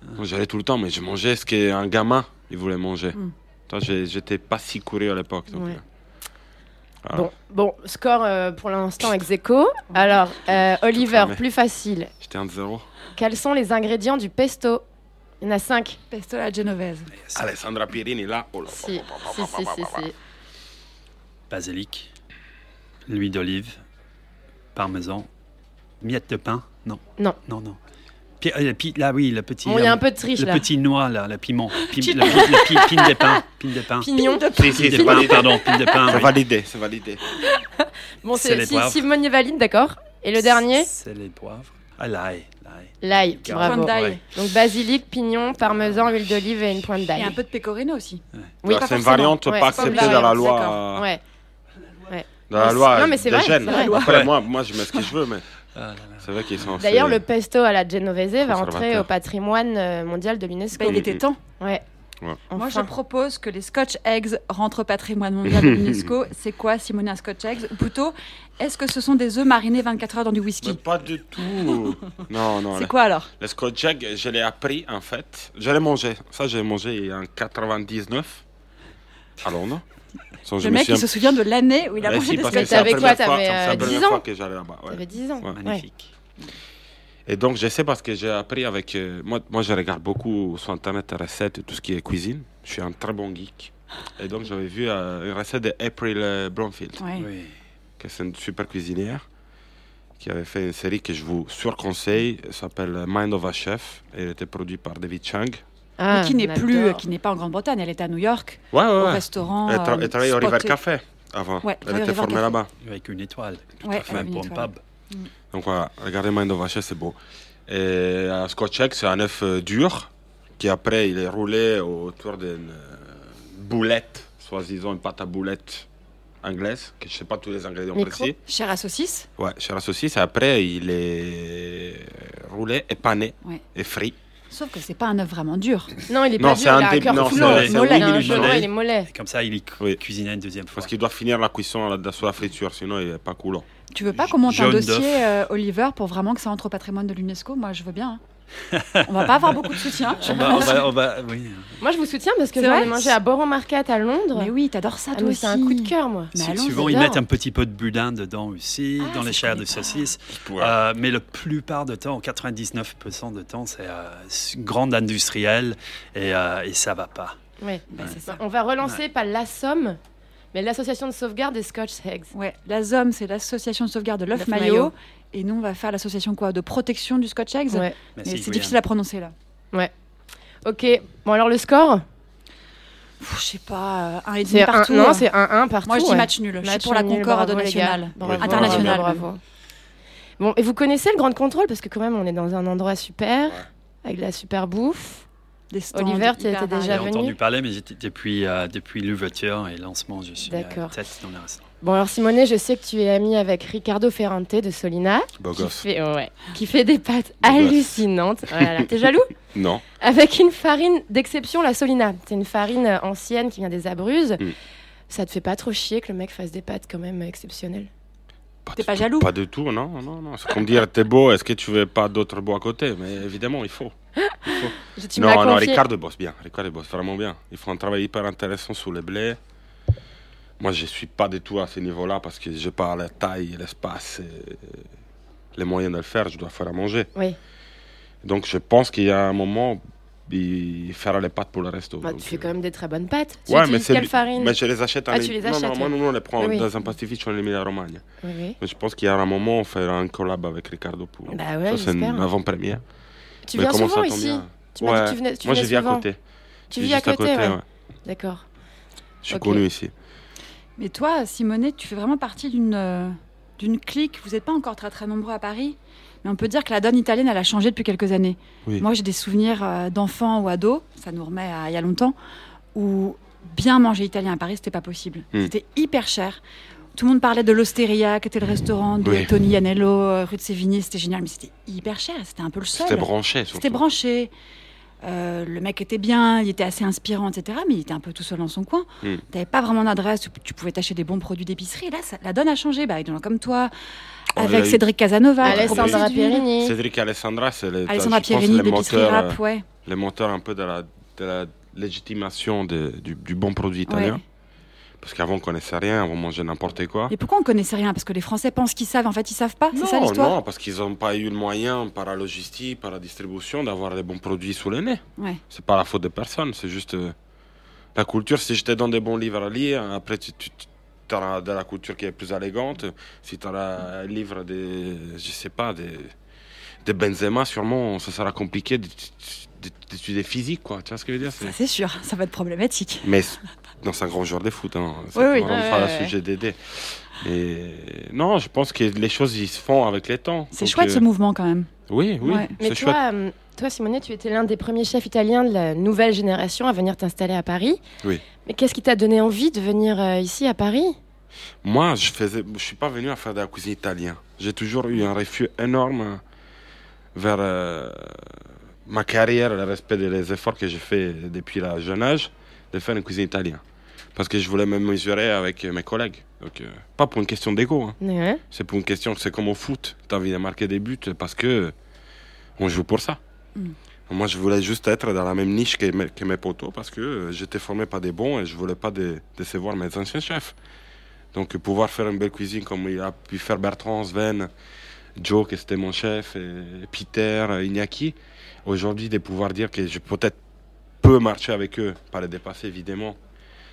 S6: Donc, J'allais tout le temps, mais je mangeais ce qu'un gamin il voulait manger.
S3: Mm.
S6: Toi, j'ai- J'étais pas si couru à l'époque. donc,
S4: Ouais.
S6: euh, Ah.
S4: Bon, bon, score euh, pour l'instant ex aequo. Alors, euh, Oliver,
S6: cramé.
S4: plus facile.
S6: J'étais un zéro.
S4: Quels sont les ingrédients du pesto Il y en a cinq.
S3: Pesto à la genovese.
S9: Ah
S6: Alessandra Pierini, là. Oh là.
S4: Si, si, si, si, si.
S9: Basilic, l'huile d'olive, parmesan, miettes de pain. Non.
S4: Non.
S9: Non, non. Puis, euh, puis- là, oui, le petit.
S4: Bon, il y a
S9: euh,
S4: un peu de triche
S9: Le
S4: là.
S9: petit noix, là, le piment. Pim- le, pi- le pi- pin des pains. Pin des pains.
S4: Pignon.
S6: Si, si,
S9: Pin
S6: c'est
S9: des pains,
S6: validé.
S9: pardon. Pin des pains.
S6: C'est
S9: oui.
S6: validé, c'est validé.
S4: Bon,
S9: C'est
S4: c'est
S9: les
S4: si
S9: poivres.
S4: Simone est valide, d'accord. Et le dernier
S9: C'est les poivres. Ah, l'ail. l'ail.
S4: L'ail.
S9: Garde.
S4: Bravo.
S3: Pointe d'ail.
S9: Ouais.
S4: Donc basilic, pignon, parmesan, huile d'olive et une pointe
S3: Et
S4: d'ail.
S3: un peu de pecorino aussi.
S4: Oui,
S6: Alors,
S4: pas
S6: c'est une
S4: forcément.
S6: variante
S4: Ouais,
S6: pas
S4: c'est pas une
S6: acceptée dans la
S4: variante,
S6: loi. euh,
S4: Ouais.
S6: Dans la
S4: Mais
S6: loi.
S4: c'est- non, mais c'est
S6: des
S4: vrai,
S6: jeunes.
S4: c'est vrai.
S6: Après,
S9: Ouais.
S6: moi, moi, je mets ce que je veux, mais
S9: Ah, là, là.
S6: c'est vrai qu'ils sont. assez-
S4: D'ailleurs, le pesto à la Genovese va entrer
S6: Conservateur.
S4: au patrimoine euh, mondial de l'UNESCO.
S3: Bah, il était temps.
S4: Ouais.
S6: Ouais.
S3: Moi, je
S4: Enfin.
S3: propose que les Scotch Eggs rentrent au patrimoine mondial de l'UNESCO. C'est quoi, Simone, un Scotch Eggs Ou plutôt, est-ce que ce sont des œufs marinés 24 heures dans du
S6: Mais
S3: whisky
S6: pas du tout. non, non.
S3: C'est
S6: Le,
S3: quoi alors
S6: le scotch egg, je l'ai appris en fait. Je l'ai mangé. Ça, j'ai mangé en 99 à Londres. Sans
S3: Le mec, il se souvient de l'année où il a mangé des
S4: que
S3: Scotch
S4: t'avais
S3: Eggs.
S4: quoi, t'avais,
S6: T'avais
S4: euh, 10 ans
S6: que j'allais là-bas. ouais.
S4: Ça fait 10 ans.
S6: Ouais.
S4: Ouais.
S9: Magnifique.
S6: Et donc, je sais parce que j'ai appris avec. euh, moi, moi, je regarde beaucoup sur Internet les recettes et tout ce qui est cuisine. Je suis un très bon geek. Et donc, j'avais vu euh, une recette de April euh, Bromfield,
S3: Ouais.
S9: Oui.
S6: qui est une super cuisinière, qui avait fait une série que je vous surconseille. Elle s'appelle Mind of a Chef. Et elle était produite par David Chang.
S4: Ah,
S3: Et qui n'est
S4: on
S3: plus,
S4: adore.
S3: euh, qui n'est pas en Grande-Bretagne, elle est à New York,
S6: Ouais, ouais,
S3: au
S6: ouais.
S3: restaurant.
S6: Ah. Elle, tra-
S3: euh,
S6: elle travaillait au
S3: Spot.
S6: River Café avant.
S3: Ouais,
S6: elle
S3: au
S6: était
S3: River
S6: formée
S3: Café.
S6: là-bas.
S9: Avec une étoile. Tout
S3: Ouais,
S9: à fait,
S3: avec une
S9: pour un
S3: étoile.
S9: pub.
S6: Donc voilà, regardez Mind of Ashes, c'est beau. Et euh, un Scotch egg, c'est un œuf euh, dur qui après il est roulé autour d'une euh, boulette, soi-disant une pâte à boulette anglaise, que je sais pas tous les ingrédients
S4: Micro.
S6: précis.
S3: Chair à saucisse.
S6: Ouais, chez la saucisse, et après il est roulé, épané
S3: Ouais.
S6: et frit.
S3: Sauf que c'est pas un œuf vraiment dur.
S4: Non, il est
S6: Non,
S4: pas
S6: c'est
S4: dur,
S6: un
S4: il a
S6: dé-
S4: un cœur
S6: non,
S4: flou,
S6: c'est-
S4: mollet.
S6: c'est un oui,
S4: Non,
S6: minute
S4: je vois,
S6: mollet.
S4: il est mollet.
S9: Et comme ça, il est cu-
S6: Oui.
S9: cuisiné une deuxième fois.
S6: Parce qu'il doit finir la cuisson là- sous la friture, sinon il est pas coulant.
S3: Tu veux pas qu'on monte un
S9: Jaune d'œuf.
S3: dossier, euh, Oliver, pour vraiment que ça entre au patrimoine de l'UNESCO Moi, je veux bien. hein. On va pas avoir beaucoup de soutien. je
S9: On va, on
S3: pense.
S9: va, on va- oui.
S4: Moi, je vous soutiens parce que
S3: C'est
S4: j'en ai
S3: vrai
S4: mangé à Borough Market à Londres.
S3: Mais oui, t'adores ça,
S4: Ah,
S3: toi
S4: mais
S3: aussi.
S4: c'est un coup de cœur, moi.
S3: Mais
S9: Su-
S3: allons,
S9: Souvent, ils
S3: j'adore.
S9: mettent un petit peu de boudin dedans aussi,
S3: Ah,
S9: dans
S3: ça,
S9: les
S3: je
S9: chairs
S3: connais
S9: de
S3: pas.
S9: saucisse.
S6: Ouais.
S9: Euh, mais la plupart de temps, 99% de temps, c'est euh, s- grande industrielle et, euh, et ça va pas.
S4: Ouais.
S3: Bah, c'est ça.
S4: On va relancer pas la Somme, mais l'association de sauvegarde des Scotch Eggs.
S3: Ouais, la ZOM, c'est l'association de sauvegarde de l'œuf
S4: L'œuf
S3: maillot.
S4: maillot.
S3: Et nous, on va faire l'association quoi De protection du Scotch Eggs
S4: Ouais.
S9: Mais
S3: Mais
S9: si,
S3: C'est
S9: William.
S3: difficile à prononcer là.
S4: Ok, bon alors le score
S3: Pff, je sais pas, euh, un et demi
S4: C'est un,
S3: partout.
S4: non,
S3: hein.
S4: c'est un 1 partout.
S3: Moi, je dis
S4: ouais.
S3: match nul. je suis
S4: Match
S3: pour la
S4: nul,
S3: concorde
S4: bravo, les gars.
S3: nationale.
S4: Bravo,
S3: International.
S4: Bravo, bravo. Bon, et vous connaissez le Grand Contrôle parce que quand même, on est dans un endroit super, avec de la super bouffe.
S3: Des stands
S4: Oliver, t'y
S3: hyper
S4: étais déjà
S9: J'ai
S3: variés.
S4: venu
S9: entendu parler, mais j'étais depuis, euh, depuis l'ouverture et lancement, je suis euh,
S4: D'accord.
S9: tête dans le restaurant.
S4: Bon, alors Simonet, je sais que tu es ami avec Ricardo Ferrante de Solina,
S6: Beau
S4: qui
S6: gosse.
S4: fait, ouais, qui fait des pâtes
S6: Beau gosse.
S4: hallucinantes. Voilà, Ah. t'es jaloux
S6: Non.
S4: Avec une farine d'exception, la Solina. C'est une farine euh, ancienne qui vient des Abruzzes.
S6: Mm.
S4: Ça te fait pas trop chier que le mec fasse des pâtes quand même euh, exceptionnelles
S3: T'es
S6: du
S3: pas
S6: tout,
S3: jaloux
S6: Pas du tout, non, non, non. C'est comme dire, t'es beau, est-ce que tu veux pas d'autres beaux à côté Mais évidemment, il faut. Il faut.
S4: Je- Tu me l'as
S6: non, non,
S4: confié.
S6: Ricardo bosse bien. Ricardo bosse vraiment bien. Ils font un travail hyper intéressant sur les blés. Moi, je suis pas du tout à ce niveau-là parce que j'ai pas la taille, l'espace, et les moyens de le faire. Je dois faire à manger.
S4: Oui.
S6: Donc, je pense qu'il y a un moment, il fera les pâtes pour le resto.
S4: Bah,
S6: Donc,
S4: tu fais
S6: euh,
S4: quand même des très bonnes pâtes. Tu
S6: ouais, mais
S4: utilises
S6: c'est Bah,
S4: quelle
S6: bi-
S4: farine
S6: Mais je les achète. en
S4: Ah, tu les
S6: Non, non,
S4: achètes,
S6: moi,
S4: oui.
S6: nous, on les prend
S4: Oui, oui.
S6: dans un pastifiche, on les met à Romagne.
S4: Oui, oui.
S6: Mais je pense qu'il y a un moment, on fera un collab avec Ricardo pour.
S4: Bah ouais,
S6: ça, c'est une
S4: j'espère.
S6: avant-première.
S4: Tu
S6: Mais
S4: viens
S6: comment
S4: souvent
S6: ça tombe
S4: ici
S6: bien
S4: Tu m'as dit que
S6: Ouais.
S4: tu venais, tu
S6: Moi, je
S4: venais
S6: vis à
S4: souvent.
S6: côté.
S4: Tu
S6: Je
S4: vis
S6: suis
S4: à
S6: juste
S4: côté, ouais.
S6: ouais.
S4: D'accord.
S6: Je suis
S4: Ok.
S6: connu ici.
S3: Mais toi, Simonet, tu fais vraiment partie d'une euh, d'une clique. Vous n'êtes pas encore très très nombreux à Paris, mais on peut dire que la donne italienne, elle a changé depuis quelques années.
S6: Oui.
S3: Moi, j'ai des souvenirs euh, d'enfants ou ados, ça nous remet à il y a longtemps, où bien manger italien à Paris, c'était pas possible.
S6: Hmm.
S3: C'était hyper cher. Tout le monde parlait de l'Osteria, qui était le restaurant de
S6: Hmm. Oui.
S3: Tony Anello, euh, rue de Sévigné, c'était génial, mais c'était hyper cher, c'était un peu le seul.
S6: C'était branché. surtout.
S3: C'était branché. Euh, le mec était bien, il était assez inspirant, etc. Mais il était un peu tout seul dans son coin.
S6: Mm.
S3: T'avais pas vraiment d'adresse où tu pouvais t'acheter des bons produits d'épicerie. Là, ça- la donne a changé. Bah, des gens comme toi,
S6: Oh, il y
S3: avec
S6: a eu-
S3: Cédric Casanova, qui
S4: Alessandra
S3: proposait du-
S4: Perini.
S6: Cédric Alessandra, c'est le,
S3: Alessandra
S6: je pense,
S3: Pierini,
S6: le
S3: d'épicerie
S6: moteur,
S3: rap,
S6: euh,
S3: ouais.
S6: le moteur un peu de la, de la légitimation de- du, du bon produit italien.
S3: Ouais.
S6: Parce qu'avant, on connaissait rien, on mangeait n'importe quoi.
S3: Et pourquoi on connaissait rien Parce que les Français pensent qu'ils savent. En fait, ils savent pas. C'est
S6: non,
S3: ça l'histoire
S6: non, parce qu'ils n'ont pas eu le moyen par la logistique, par la distribution, d'avoir les bons produits sous le nez.
S3: Ouais.
S6: C'est pas la faute de personne, c'est juste euh, la culture. Si je te donne des bons livres à lire, après tu, as de la culture qui est plus élégante. Si tu as un livre de, je sais pas, de, de Benzema, sûrement, ça sera compliqué d'étu- d'étu- d'étudier physique, quoi. Tu vois ce que je veux dire
S3: Ça,
S6: c'est-
S3: c'est sûr. Ça va être problématique.
S6: Mais c'est- dans un grand joueur de foot, hein, c'est
S3: Oui, oui.
S6: vraiment
S4: Ouais,
S6: pas
S4: ouais,
S6: le sujet d'aider. Et non, je pense que les choses ils se font avec les temps.
S3: C'est
S6: Donc,
S3: chouette
S6: euh,
S3: ce mouvement quand même.
S6: Oui, oui,
S3: Ouais.
S4: Mais
S6: c'est chouette.
S4: toi, euh, toi, Simonet, tu étais l'un des premiers chefs italiens de la nouvelle génération à venir t'installer à Paris.
S6: Oui.
S4: Mais qu'est-ce qui t'a donné envie de venir euh, ici à Paris
S6: Moi, je faisais, je suis pas venu à faire de la cuisine italienne. J'ai toujours eu un refus énorme vers euh, ma carrière, le respect des efforts que j'ai fait depuis la jeune âge de faire une cuisine italienne. Parce que je voulais me mesurer avec mes collègues. Donc, euh, pas pour une question d'ego. hein.
S4: Ouais.
S6: C'est pour une question, c'est comme au foot. T'as envie de marquer des buts parce que on joue pour ça.
S3: Mm.
S6: Moi, je voulais juste être dans la même niche que mes, que mes potos parce que euh, j'étais formé par des bons et je voulais pas dé- décevoir mes anciens chefs. Donc, euh, pouvoir faire une belle cuisine comme il a pu faire Bertrand, Sven, Joe, qui était mon chef, et Peter, euh, Iñaki, aujourd'hui de pouvoir dire que je peut-être peux marcher avec eux, pas les dépasser évidemment,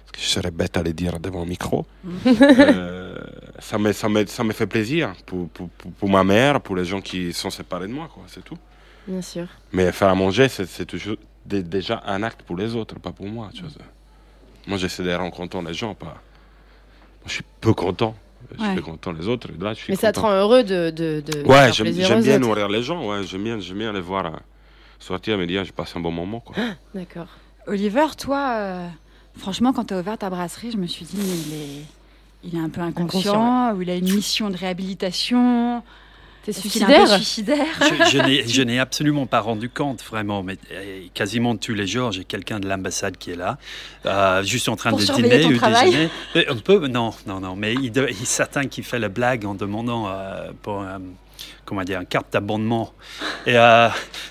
S6: parce que je serais bête à les dire devant un micro. Euh, ça, me, ça, me, ça me fait plaisir pour, pour, pour- pour ma mère, pour les gens qui sont séparés de moi, quoi, c'est tout.
S4: Bien sûr.
S6: Mais faire à manger, c'est c'est toujours dé- déjà un acte pour les autres, pas pour moi. Tu vois. Moi, j'essaie d'être en content les gens, pas. Moi, je suis peu content. Je
S3: Ouais.
S6: suis peu content les autres. Là, je suis
S4: Mais ça te
S6: content.
S4: rend heureux de. de, de
S6: Ouais,
S4: faire
S6: j'aime
S4: plaisir
S6: j'aime
S4: aux
S6: bien
S4: autres.
S6: nourrir les gens. Ouais, j'aime bien, j'aime bien les voir euh, sortir et me dire, j'ai passé un bon moment. Quoi.
S4: Ah. D'accord.
S3: Oliver, toi, euh, franchement, quand tu as ouvert ta brasserie, je me suis dit, mais il est, il est un peu inconscient,
S4: Inconscient,
S3: ou il a une mission de réhabilitation.
S4: T'es
S3: Est-ce qu'il est un peu
S4: suicidaire
S3: Suicidaire.
S9: Je, je n'ai- je n'ai absolument pas rendu compte, vraiment, mais euh, quasiment tous les jours, j'ai quelqu'un de l'ambassade qui est là, euh, juste en train
S3: Pour
S9: de
S3: surveiller
S9: dîner
S3: ton
S9: ou
S3: travail
S9: déjeuner. Mais on peut, non, non, non, mais il, de- il y a certains qui fait la blague en demandant euh, pour euh, comment dire, un carte d'abonnement. Et euh,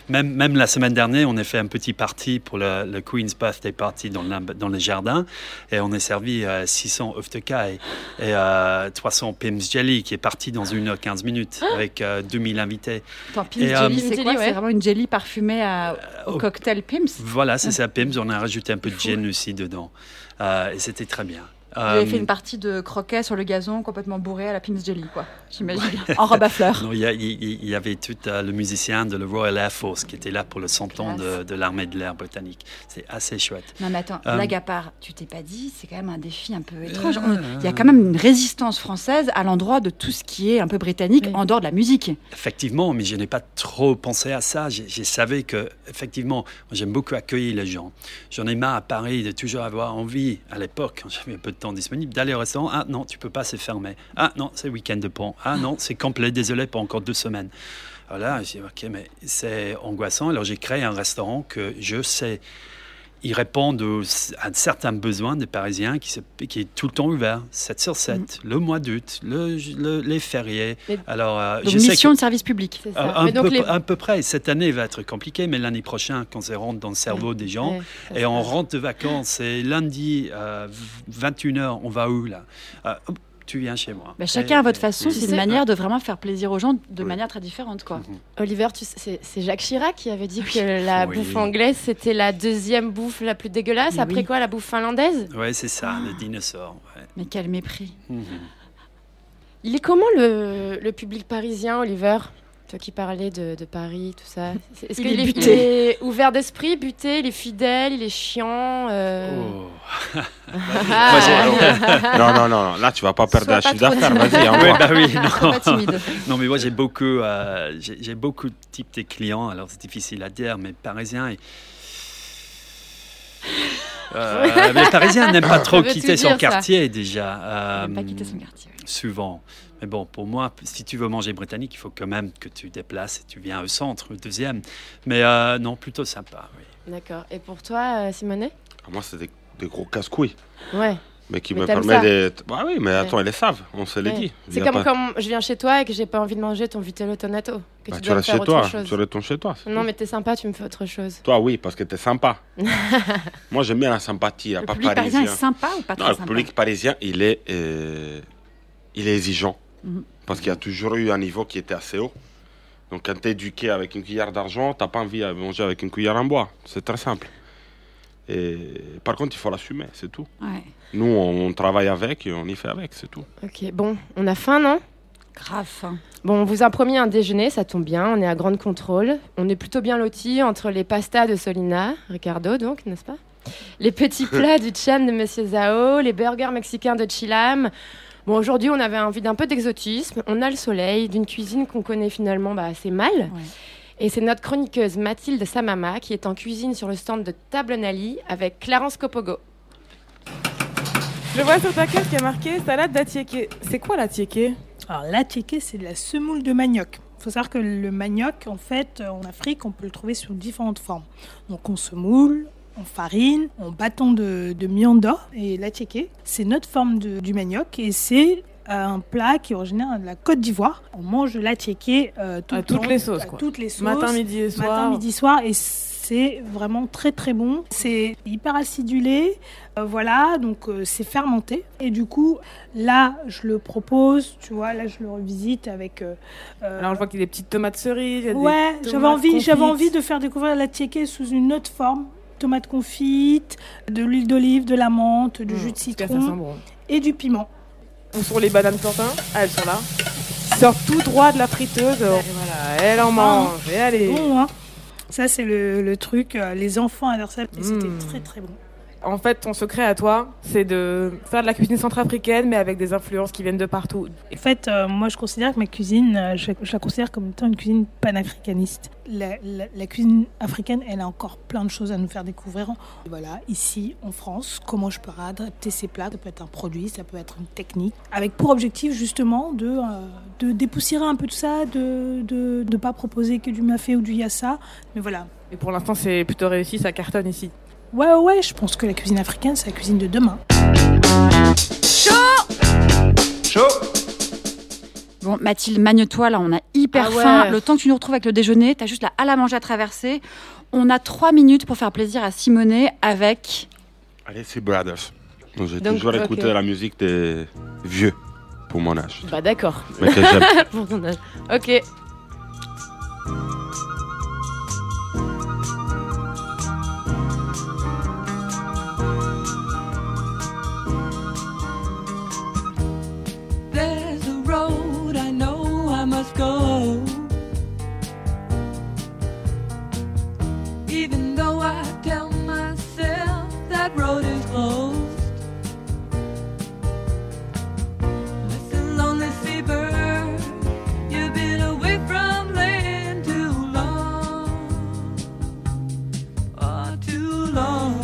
S9: même, même la semaine dernière, on a fait un petit party pour le, le Queen's Birthday Party dans, l'amb- dans le jardin, et on a servi euh, 600 Oftekai et euh, 300 Pims Jelly qui est parti dans 1h15 minutes
S3: Ah
S9: avec euh, 2000 invités.
S3: Attends, Pim's
S9: Et, oh. euh,
S3: Jelly, c'est
S4: Jelly,
S3: quoi
S4: ouais.
S3: C'est vraiment une jelly parfumée à, au
S9: au-
S3: cocktail Pim's
S9: Voilà, c'est ça, Pims. On a rajouté un peu de gin aussi dedans. Euh, et c'était très bien.
S3: Vous
S9: Euh,
S3: avez fait une partie de croquet sur le gazon complètement bourré à la Pim's Jelly, quoi. J'imagine. en robe à fleurs.
S9: non, il y, a- il- il- il y avait tout euh, le musicien de la Royal Air Force qui était là pour le 100 ans de, de l'armée de l'air britannique. C'est assez chouette.
S3: Non, mais attends,
S9: Euh,
S3: blague à part, tu t'es pas dit, c'est quand même un défi un peu étrange. On- Il y a
S9: euh.
S3: quand même une résistance française à l'endroit de tout ce qui est un peu britannique
S4: Oui.
S3: en dehors de la musique.
S9: Euh, Effectivement, mais je n'ai pas trop pensé à ça. J'ai j'ai savais que, effectivement, moi, j'aime beaucoup accueillir les gens. J'en ai marre à Paris de toujours avoir envie, à l'époque, quand j'avais un peu de temps disponible, d'aller au restaurant. Ah non, tu peux pas, c'est fermé. Ah non, c'est week-end de pont. Ah non, c'est complet, désolé, pas encore deux semaines. Voilà, j'ai dit, ok, mais c'est angoissant. Alors j'ai créé un restaurant que je sais. Il répond aux- à certains besoins des Parisiens qui, se- qui est tout le temps ouvert, 7 sur 7,
S3: Mmh.
S9: le mois d'août, le- le- les fériés.
S4: Mais-
S9: Alors, euh,
S3: Donc,
S9: je sais
S3: mission
S9: que-
S3: de service public.
S4: C'est ça.
S9: à, à
S4: Mais donc
S9: peu,
S4: les-
S9: à peu près, cette année va être compliquée, mais l'année prochaine, quand ça rentre dans le cerveau des gens,
S4: Ouais, ça,
S9: et
S4: ça.
S9: on rentre de vacances, et lundi, euh, 21h, on va où là Euh, hop, Tu viens chez moi.
S3: Bah, chacun à votre
S9: Et- Mm.
S3: façon,
S4: Tu
S3: c'est
S4: sais-
S3: une manière de vraiment faire plaisir aux gens de
S6: euh, Oui.
S3: manière très différente, quoi.
S4: Oliver, tu sais, c'est- c'est Jacques Chirac qui avait dit que la
S9: Oui.
S4: bouffe anglaise, c'était la deuxième bouffe la plus dégueulasse.
S3: Mais
S4: Après
S3: oui.
S4: quoi, la bouffe finlandaise
S9: Ouais, c'est ça,
S4: Ah.
S9: le dinosaure. ouais.
S3: Mais quel mépris.
S9: Mhm.
S4: Euh. Il est comment le, le public parisien, Oliver Toi qui parlais de, de Paris, tout ça. C'est- Est-ce
S3: Il
S4: qu'il
S3: est
S4: est,
S3: buté.
S4: il est ouvert d'esprit, buté, il est fidèle, il est chiant euh,
S9: Oh.
S6: bah Vas-y,
S4: ah,
S6: alors. non, non, non, non, là, tu vas pas perdre
S4: Sois
S6: un
S4: pas
S6: chiffre
S4: trop-
S6: d'affaires. Vas-y,
S4: Ah.
S9: Oui,
S6: envoie.
S9: bah oui,
S3: Sois pas
S9: non.
S3: timide.
S9: Non, mais moi, j'ai beaucoup, euh, j'ai j'ai beaucoup de types de clients, alors c'est difficile à dire, mais Parisiens. ils- Euh, les Parisiens n'aiment pas trop
S4: veut tout
S9: quitter son
S4: dire, ça.
S9: quartier déjà.
S3: Il aime
S9: euh,
S3: pas quitter son quartier. oui.
S9: Souvent. Mais bon, pour moi, si tu veux manger britannique, il faut quand même que tu déplaces et tu viens au centre, au deuxième. Mais euh, non, plutôt sympa. Oui.
S4: D'accord. Et pour toi, euh, Simonet
S6: Moi, c'est des, des gros casse-couilles.
S4: Ouais.
S6: Mais qui
S4: Mais
S6: me
S4: t'aimes
S6: permet
S4: ça.
S6: d'être. Bah oui, mais attends, ils les savent, on se les
S4: Ouais.
S6: dit.
S4: C'est
S6: Y a pas-
S4: comme quand je viens chez toi et que j'ai pas envie de manger ton vitello tonato. Que
S6: Bah, tu
S4: tu dois me
S6: restes
S4: faire
S6: chez
S4: autre
S6: toi,
S4: chose.
S6: tu restes ton chez toi. c'est
S4: Non,
S6: tout.
S4: mais t'es sympa, tu me fais autre chose.
S6: Toi, oui, parce que t'es sympa. Moi, j'aime bien la sympathie, à
S3: Le
S6: ah, pas hein.
S3: public parisien est sympa ou pas
S6: Non,
S3: très
S6: le
S3: sympa
S6: public parisien, il est, euh, il est exigeant.
S3: Mhm.
S6: Parce qu'il y a toujours eu un niveau qui était assez haut. Donc, quand t'es éduqué avec une cuillère d'argent, t'as pas envie de manger avec une cuillère en bois. C'est très simple. Et par contre, il faut l'assumer, c'est tout.
S3: Ouais.
S6: Nous, on, on travaille avec et on y fait avec, c'est tout.
S4: Ok, bon, on a faim, non
S3: Grave. hein.
S4: Bon, on vous a promis un déjeuner, ça tombe bien, on est à grande contrôle. On est plutôt bien lotis entre les pastas de Solina, Ricardo donc, n'est-ce pas Les petits plats du Cham de Monsieur Zao, les burgers mexicains de Chilam. Bon, aujourd'hui, on avait envie d'un peu d'exotisme, on a le soleil, d'une cuisine qu'on connaît finalement bah, assez mal. Et c'est notre chroniqueuse Mathilde Samama qui est en cuisine sur le stand de Table Nali avec Clarence Copogo.
S10: Je vois sur ta carte qu'il y a marqué salade d'attiéké. C'est quoi l'attiéké
S11: Alors l'attiéké, c'est de la semoule de manioc. Il faut savoir que le manioc, en fait, euh, en Afrique, on peut le trouver sous différentes formes. Donc on semoule, on farine, on bâton de, de mianda. Et l'attiéké, c'est notre forme de- du manioc et c'est euh, un plat qui est originaire de la Côte d'Ivoire. On mange de l'attiéké euh, tout
S10: À
S11: le
S10: Ah, toutes
S11: temps,
S10: les sauces,
S11: à
S10: quoi.
S11: toutes les sauces.
S10: Matin, midi et soir.
S11: Matin, midi, soir. Et c- c'est vraiment très très bon. C'est hyper acidulé, euh, voilà, donc euh, c'est fermenté. Et du coup, là, je le propose, tu vois, là, je le revisite avec. euh, euh,
S10: Alors je vois qu'il y a des petites tomates cerises. il y a des
S11: Ouais, j'avais
S10: tomates
S11: envie, j'avais
S10: confites.
S11: envie de faire découvrir la tiéké sous une autre forme. Tomate confite, de l'huile d'olive, de la menthe, du jus de
S10: cas, Mmh, ça
S11: citron
S10: sent bon.
S11: et du piment.
S10: Où sont les bananes plantains Ah, elles sont là. Sort tout droit de la friteuse. Voilà, elle en mange. Et allez.
S11: Bon, hein. Ça, c'est le, le truc. euh, Les enfants adorent ça. Et
S10: Mmh.
S11: c'était très, très bon.
S10: En fait, ton secret à toi, c'est de faire de la cuisine centrafricaine, mais avec des influences qui viennent de partout.
S11: En fait, euh, moi, je considère que ma cuisine, euh, je, je la considère comme étant une cuisine panafricaniste. La, la- la cuisine africaine, elle a encore plein de choses à nous faire découvrir. Voilà, ici, en France, comment je peux adapter ces plats Ça peut être un produit, ça peut être une technique. Avec pour objectif, justement, de, euh, de dépoussiérer un peu tout ça, de ne de, de pas proposer que du mafé ou du yassa. Mais voilà.
S10: Et pour l'instant, c'est plutôt réussi, ça cartonne ici.
S11: Ouais, ouais, ouais, je pense que la cuisine africaine, c'est la cuisine de demain.
S3: Bon, Mathilde, magne-toi, là, on a hyper
S4: Ah ouais.
S3: faim. Le temps que tu nous retrouves avec le déjeuner, t'as juste la halle à manger à traverser. On a trois minutes pour faire plaisir à Simonet avec.
S6: Allez, c'est Brothers. Donc, J'ai
S4: Donc,
S6: toujours
S4: ok.
S6: écouté la musique des vieux pour mon âge.
S4: Bah d'accord.
S6: Mais que j'aime.
S4: Pour ton âge. Ok.
S12: There's a road I know I must go. Even though I tell myself that road is closed. Listen, lonely seabird, you've been away from land too long. Oh, too long.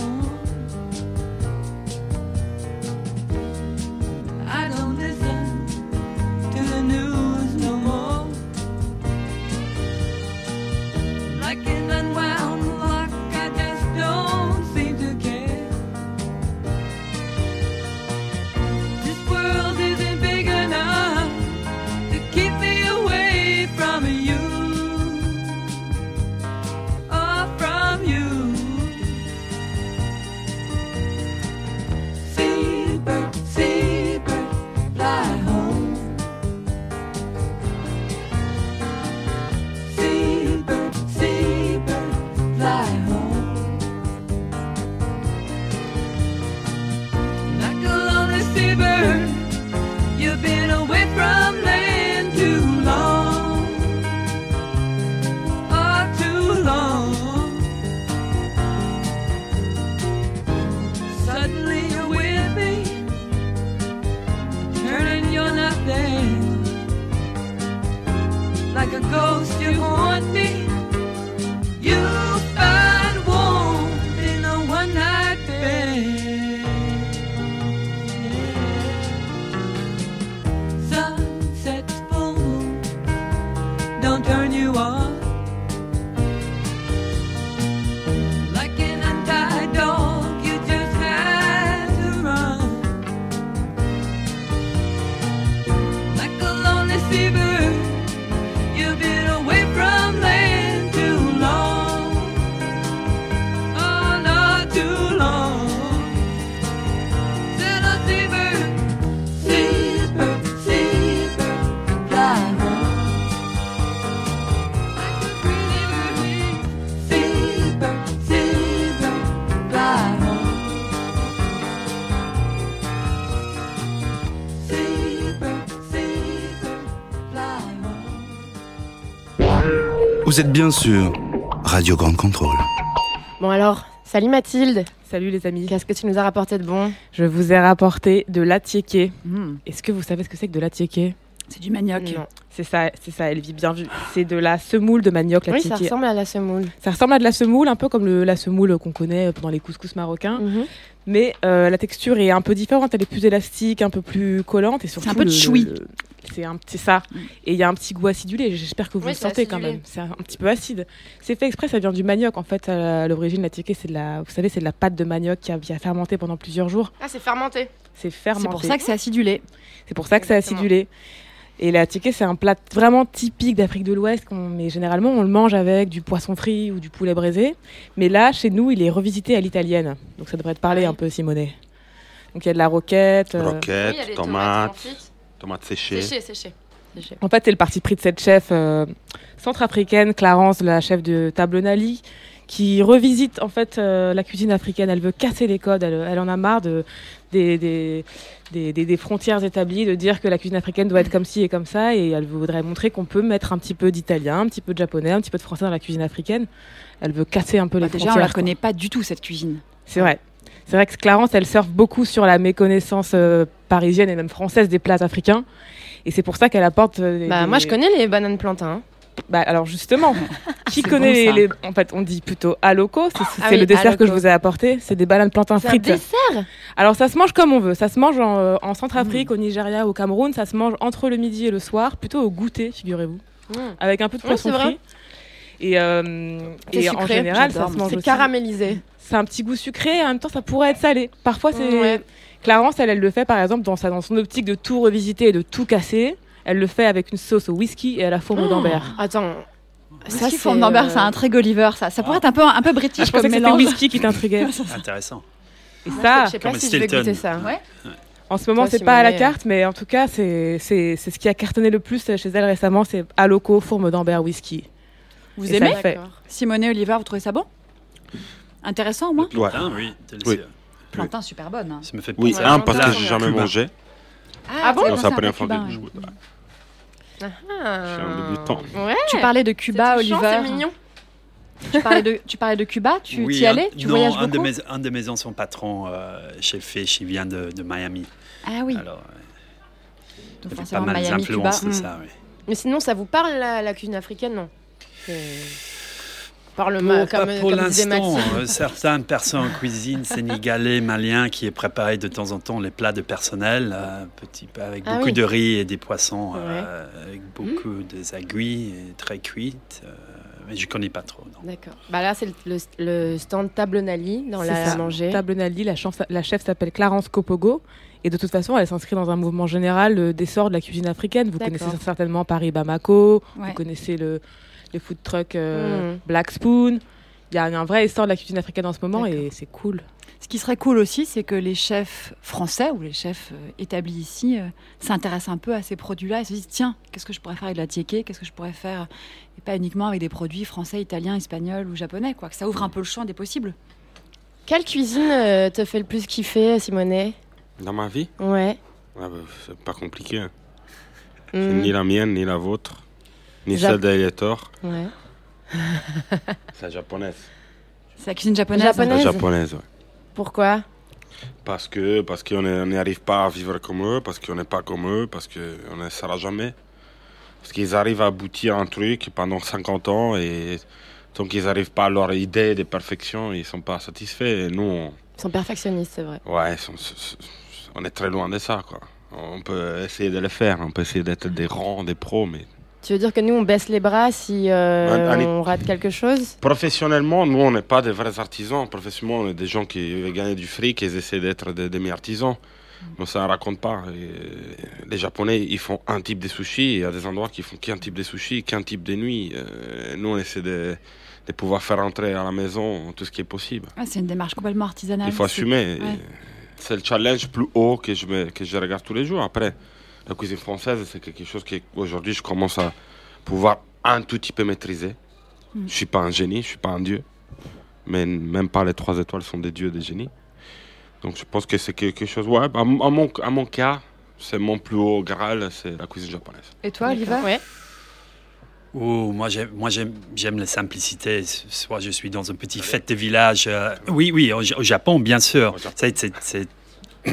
S12: I don't listen to the news no more. Like an unwound lock, I just don't seem to care. This world isn't big enough to keep me away from you. Oh, from you. Seabird, seabird fly home. Seabird, seabird, fly home. Like a lonely seabird, you've been away from land too long. Oh, too long. Suddenly you're with me, turning you're not there. Like a ghost, you haunt me. You find warmth in a one night bed. Sunset's full moon, don't turn you on. Like an untied dog, you just had to run. Like a lonely seabird, you've been away from land too long. Oh, not too long. Little seabird, seabird, seabird, fly home. Like a pretty bird, seabird.
S2: Vous êtes bien sûr Radio Grande Contrôle.
S4: Bon alors, salut Mathilde.
S10: Salut les amis.
S4: Qu'est-ce que tu nous as rapporté de bon
S10: Je vous ai rapporté de l'attiéké. Est-ce que vous savez ce que c'est que de l'attiéké
S3: Hmm, C'est du manioc.
S4: Non.
S10: C'est ça, c'est ça, Elvie, bien vu. C'est de la semoule de manioc,
S4: Oui, ça
S10: l'attiéké.
S4: ressemble à la semoule.
S10: Ça ressemble à de la semoule, un peu comme le- la semoule qu'on connaît pendant les couscous marocains.
S4: Mhm.
S10: Mais euh, la texture est un peu différente, elle est plus élastique, un peu plus collante et surtout.
S3: un peu de
S10: le-
S3: choui.
S10: le- C'est un- c'est ça. Et il y a un petit goût acidulé, j'espère que vous
S4: Oui,
S10: le
S4: c'est
S10: sentez quand
S4: acidulé.
S10: même. C'est un petit peu acide. C'est fait exprès, ça vient du manioc en fait. À l'origine, la tiquée, c'est de la, vous savez, c'est de la pâte de manioc qui a, qui a fermenté pendant plusieurs jours.
S4: Ah, c'est fermenté.
S10: C'est fermenté.
S3: C'est pour ça que c'est acidulé.
S10: C'est pour ça que c'est
S4: Exactement.
S10: acidulé. Et la tiquée, c'est un plat vraiment typique d'Afrique de l'Ouest, qu'on- mais généralement on le mange avec du poisson frit ou du poulet braisé. Mais là, chez nous, il est revisité à l'italienne. Donc ça devrait te parler un peu, Simonet. Donc il y a de la roquette. euh,
S6: Roquette, tomates, tomates séchées.
S4: séché.
S10: En fait, c'est le parti pris de cette chef euh, centrafricaine, Clarence, la chef de Table Nali, qui revisite en fait euh, la cuisine africaine. Elle veut casser les codes, elle, elle en a marre de, des, des, des- des- des frontières établies, de dire que la cuisine africaine doit être comme ci et comme ça, et elle voudrait montrer qu'on peut mettre un petit peu d'italien, un petit peu de japonais, un petit peu de français dans la cuisine africaine. Elle veut casser un peu
S3: Bah,
S10: les
S3: déjà, on
S10: frontières.
S3: la
S10: quoi.
S3: connaît pas du tout, cette cuisine.
S10: C'est vrai. C'est vrai que Clarence, elle surfe beaucoup sur la méconnaissance euh, parisienne et même française des plats africains. Et c'est pour ça qu'elle apporte. euh, des-
S4: Bah, moi,
S10: des-
S4: je connais les bananes hein. plantains.
S10: bah, alors justement,
S4: C'est
S10: qui connaît
S4: bon,
S10: les,
S4: ça.
S10: les- En fait, on dit plutôt aloco, c'est c'est
S4: Ah oui,
S10: le dessert que
S4: aloko.
S10: je vous ai apporté, c'est des bananes plantains
S4: C'est un
S10: frites.
S4: dessert
S10: Alors ça se mange comme on veut, ça se mange en, euh, en
S4: Mm.
S10: Centrafrique, au Nigeria, au Cameroun, ça se mange entre le midi et le soir, plutôt au goûter, figurez-vous,
S4: Mm.
S10: avec un peu de
S4: Mm,
S10: poisson
S4: c'est vrai.
S10: frit. Et, euh,
S4: C'est
S10: et en
S4: sucré,
S10: général, ça
S4: j'adore,
S10: se
S4: moi.
S10: mange
S4: C'est
S10: aussi-
S4: caramélisé.
S10: C'est un petit goût sucré et en même temps, ça pourrait être salé. Parfois, c'est
S4: Mm, ouais.
S10: Clarence, elle, elle le fait par exemple dans, sa, dans son optique de tout revisiter et de tout casser. Elle le fait avec une sauce au whisky et à la fourme
S4: Oh,
S10: d'Ambert.
S4: Attends.
S3: Ça,
S4: c'est,
S3: forme d'Amber,
S4: euh,
S3: c'est un très Gulliver, ça. Ça pourrait être un peu, un peu british
S10: Ah, je
S3: comme
S10: pensais que c'était
S3: mélange.
S10: whisky qui t'intriguait.
S9: Intéressant.
S10: Et
S4: Moi,
S10: ça,
S4: Ah,
S3: Ah,
S4: je sais pas Comme si je vais Stilton. goûter ça. Ouais.
S10: En ce moment,
S4: Toi,
S10: c'est pas à la
S4: Simonet,
S10: carte, mais en tout cas, c'est c'est- c'est ce qui a cartonné le plus chez elle récemment, c'est Aloco, fourme d'Ambert, whisky.
S3: Vous
S10: Et ça
S3: aimez
S10: le fait.
S3: Simone Oliver, vous trouvez ça bon Intéressant au moins
S9: Plantain, oui, délicieux.
S3: Plantain, super bonne. hein.
S9: Ça me fait
S6: Oui,
S9: penser à
S6: un parce que
S9: plat
S6: j'ai jamais
S9: cubain.
S6: mangé.
S4: Ah bon
S6: Non, c'est la
S3: un
S6: première
S3: peu
S6: fois
S3: cubain,
S6: que je goûte. J'ai un débutant.
S4: Ah. Ouais.
S3: Tu parlais de Cuba,
S4: touchant,
S3: Oliver.
S4: c'est mignon.
S3: Tu parlais de, tu parlais de Cuba, tu
S9: Oui,
S3: y
S9: un-
S3: allais Tu
S9: non,
S3: voyages
S9: un de,
S3: beaucoup
S9: mes, un de mes anciens patrons euh, chez Fish, il vient de, de Miami.
S4: Ah oui.
S9: Alors, euh, il
S4: Donc
S9: y avait pas
S4: forcément,
S9: mal
S4: Miami,
S9: d'influences de
S4: Cuba.
S9: ça,
S4: Mm.
S9: oui.
S4: Mais sinon, ça vous parle la, la cuisine africaine, non
S10: Euh,
S4: Parle
S9: Bon,
S4: ma-
S9: pas
S4: comme,
S9: pour
S4: comme disait
S9: l'instant.
S4: Maxime.
S9: Euh, certaines personnes en cuisine sénégalais, maliens, qui est préparé de temps en temps les plats de personnel, euh, petit, peu avec
S4: Ah
S9: beaucoup
S4: oui. Hmm.
S9: de riz et des poissons, euh, avec beaucoup des aiguilles et très cuites. euh, mais je connais pas trop. non.
S4: D'accord. Bah là, c'est le, le- le stand Table Nali dans
S10: C'est
S4: la
S10: ça.
S4: à manger.
S10: Table Naldi, la, chance- la chef s'appelle Clarence Kopogo. Et de toute façon, elle s'inscrit dans un mouvement général euh, d'essor de la cuisine africaine. Vous
S4: D'accord.
S10: connaissez certainement Paris Bamako,
S3: Ouais.
S10: vous connaissez le, le food truck
S4: Mmh.
S10: euh,
S3: Mm.
S10: Black Spoon. Il y a un vrai essor de la cuisine africaine en ce moment et c'est cool.
S3: Ce qui serait cool aussi, c'est que les chefs français ou les chefs euh, établis ici euh, s'intéressent un peu à ces produits-là et se disent tiens, qu'est-ce que je pourrais faire avec de la tiéké Qu'est-ce que je pourrais faire Et pas uniquement avec des produits français, italiens, espagnols ou japonais, quoi. Que ça ouvre un peu le champ des possibles.
S4: Quelle cuisine euh, te fait le plus kiffer, Simonet
S6: Dans ma vie,
S4: Ouais.
S6: ah bah, c'est pas compliqué. hein.
S4: Mm.
S6: C'est Ni la mienne, ni la vôtre, ni
S4: Jap-
S6: celle d'Aliator.
S4: Ouais.
S6: C'est la japonaise.
S3: C'est la cuisine japonaise. hein.
S6: La japonaise, ouais.
S4: Pourquoi
S6: Parce que parce qu'on est- on n'arrive pas à vivre comme eux, parce qu'on n'est pas comme eux, parce qu'on ne sera jamais. Parce qu'ils arrivent à aboutir à un truc pendant 50 ans et tant qu'ils n'arrivent pas à leur idée de perfection, ils ne sont pas satisfaits. Et nous, on,
S4: Ils sont perfectionnistes, c'est vrai.
S6: ouais, ils sont- c- c- on est très loin de ça. Quoi. On peut essayer de le faire, on peut essayer d'être des rangs, des pros, mais
S4: Tu veux dire que nous, on baisse les bras si euh,
S6: Un- un-
S4: on rate quelque chose
S6: Professionnellement, nous, on n'est pas des vrais artisans. Professionnellement, on est des gens qui veulent gagner du fric et ils essaient d'être des demi-artisans. Mais ça ne raconte pas. Et les Japonais, ils font un type de sushi. et Il y a des endroits qui font qu'un type de sushi, qu'un type de nuit. Euh, Nous, on essaie de, de pouvoir faire entrer à la maison tout ce qui est possible.
S3: Ah, c'est une démarche complètement artisanale.
S6: Il faut
S3: Ah, C'est-
S6: assumer.
S3: Ouais.
S6: C'est le challenge plus haut que je, me- que je regarde tous les jours. Après, la cuisine française, c'est quelque chose qu'aujourd'hui, je commence à pouvoir un tout petit peu maîtriser. Je
S3: Mm.
S6: ne suis pas un génie, je ne suis pas un dieu. Mais même pas les trois étoiles sont des dieux, des génies. Donc je pense que c'est quelque chose... Ouais, à, mon- à mon, à mon cas, c'est mon plus haut graal, c'est la cuisine japonaise.
S3: Et toi, Oliver
S4: Ouais.
S9: Oh, moi, j'aime, moi j'aime, j'aime la simplicité. Soit je suis dans un petit fête de village. euh, oui, oui, au, Ja- au Japon, bien sûr. C'est, c'est, c'est-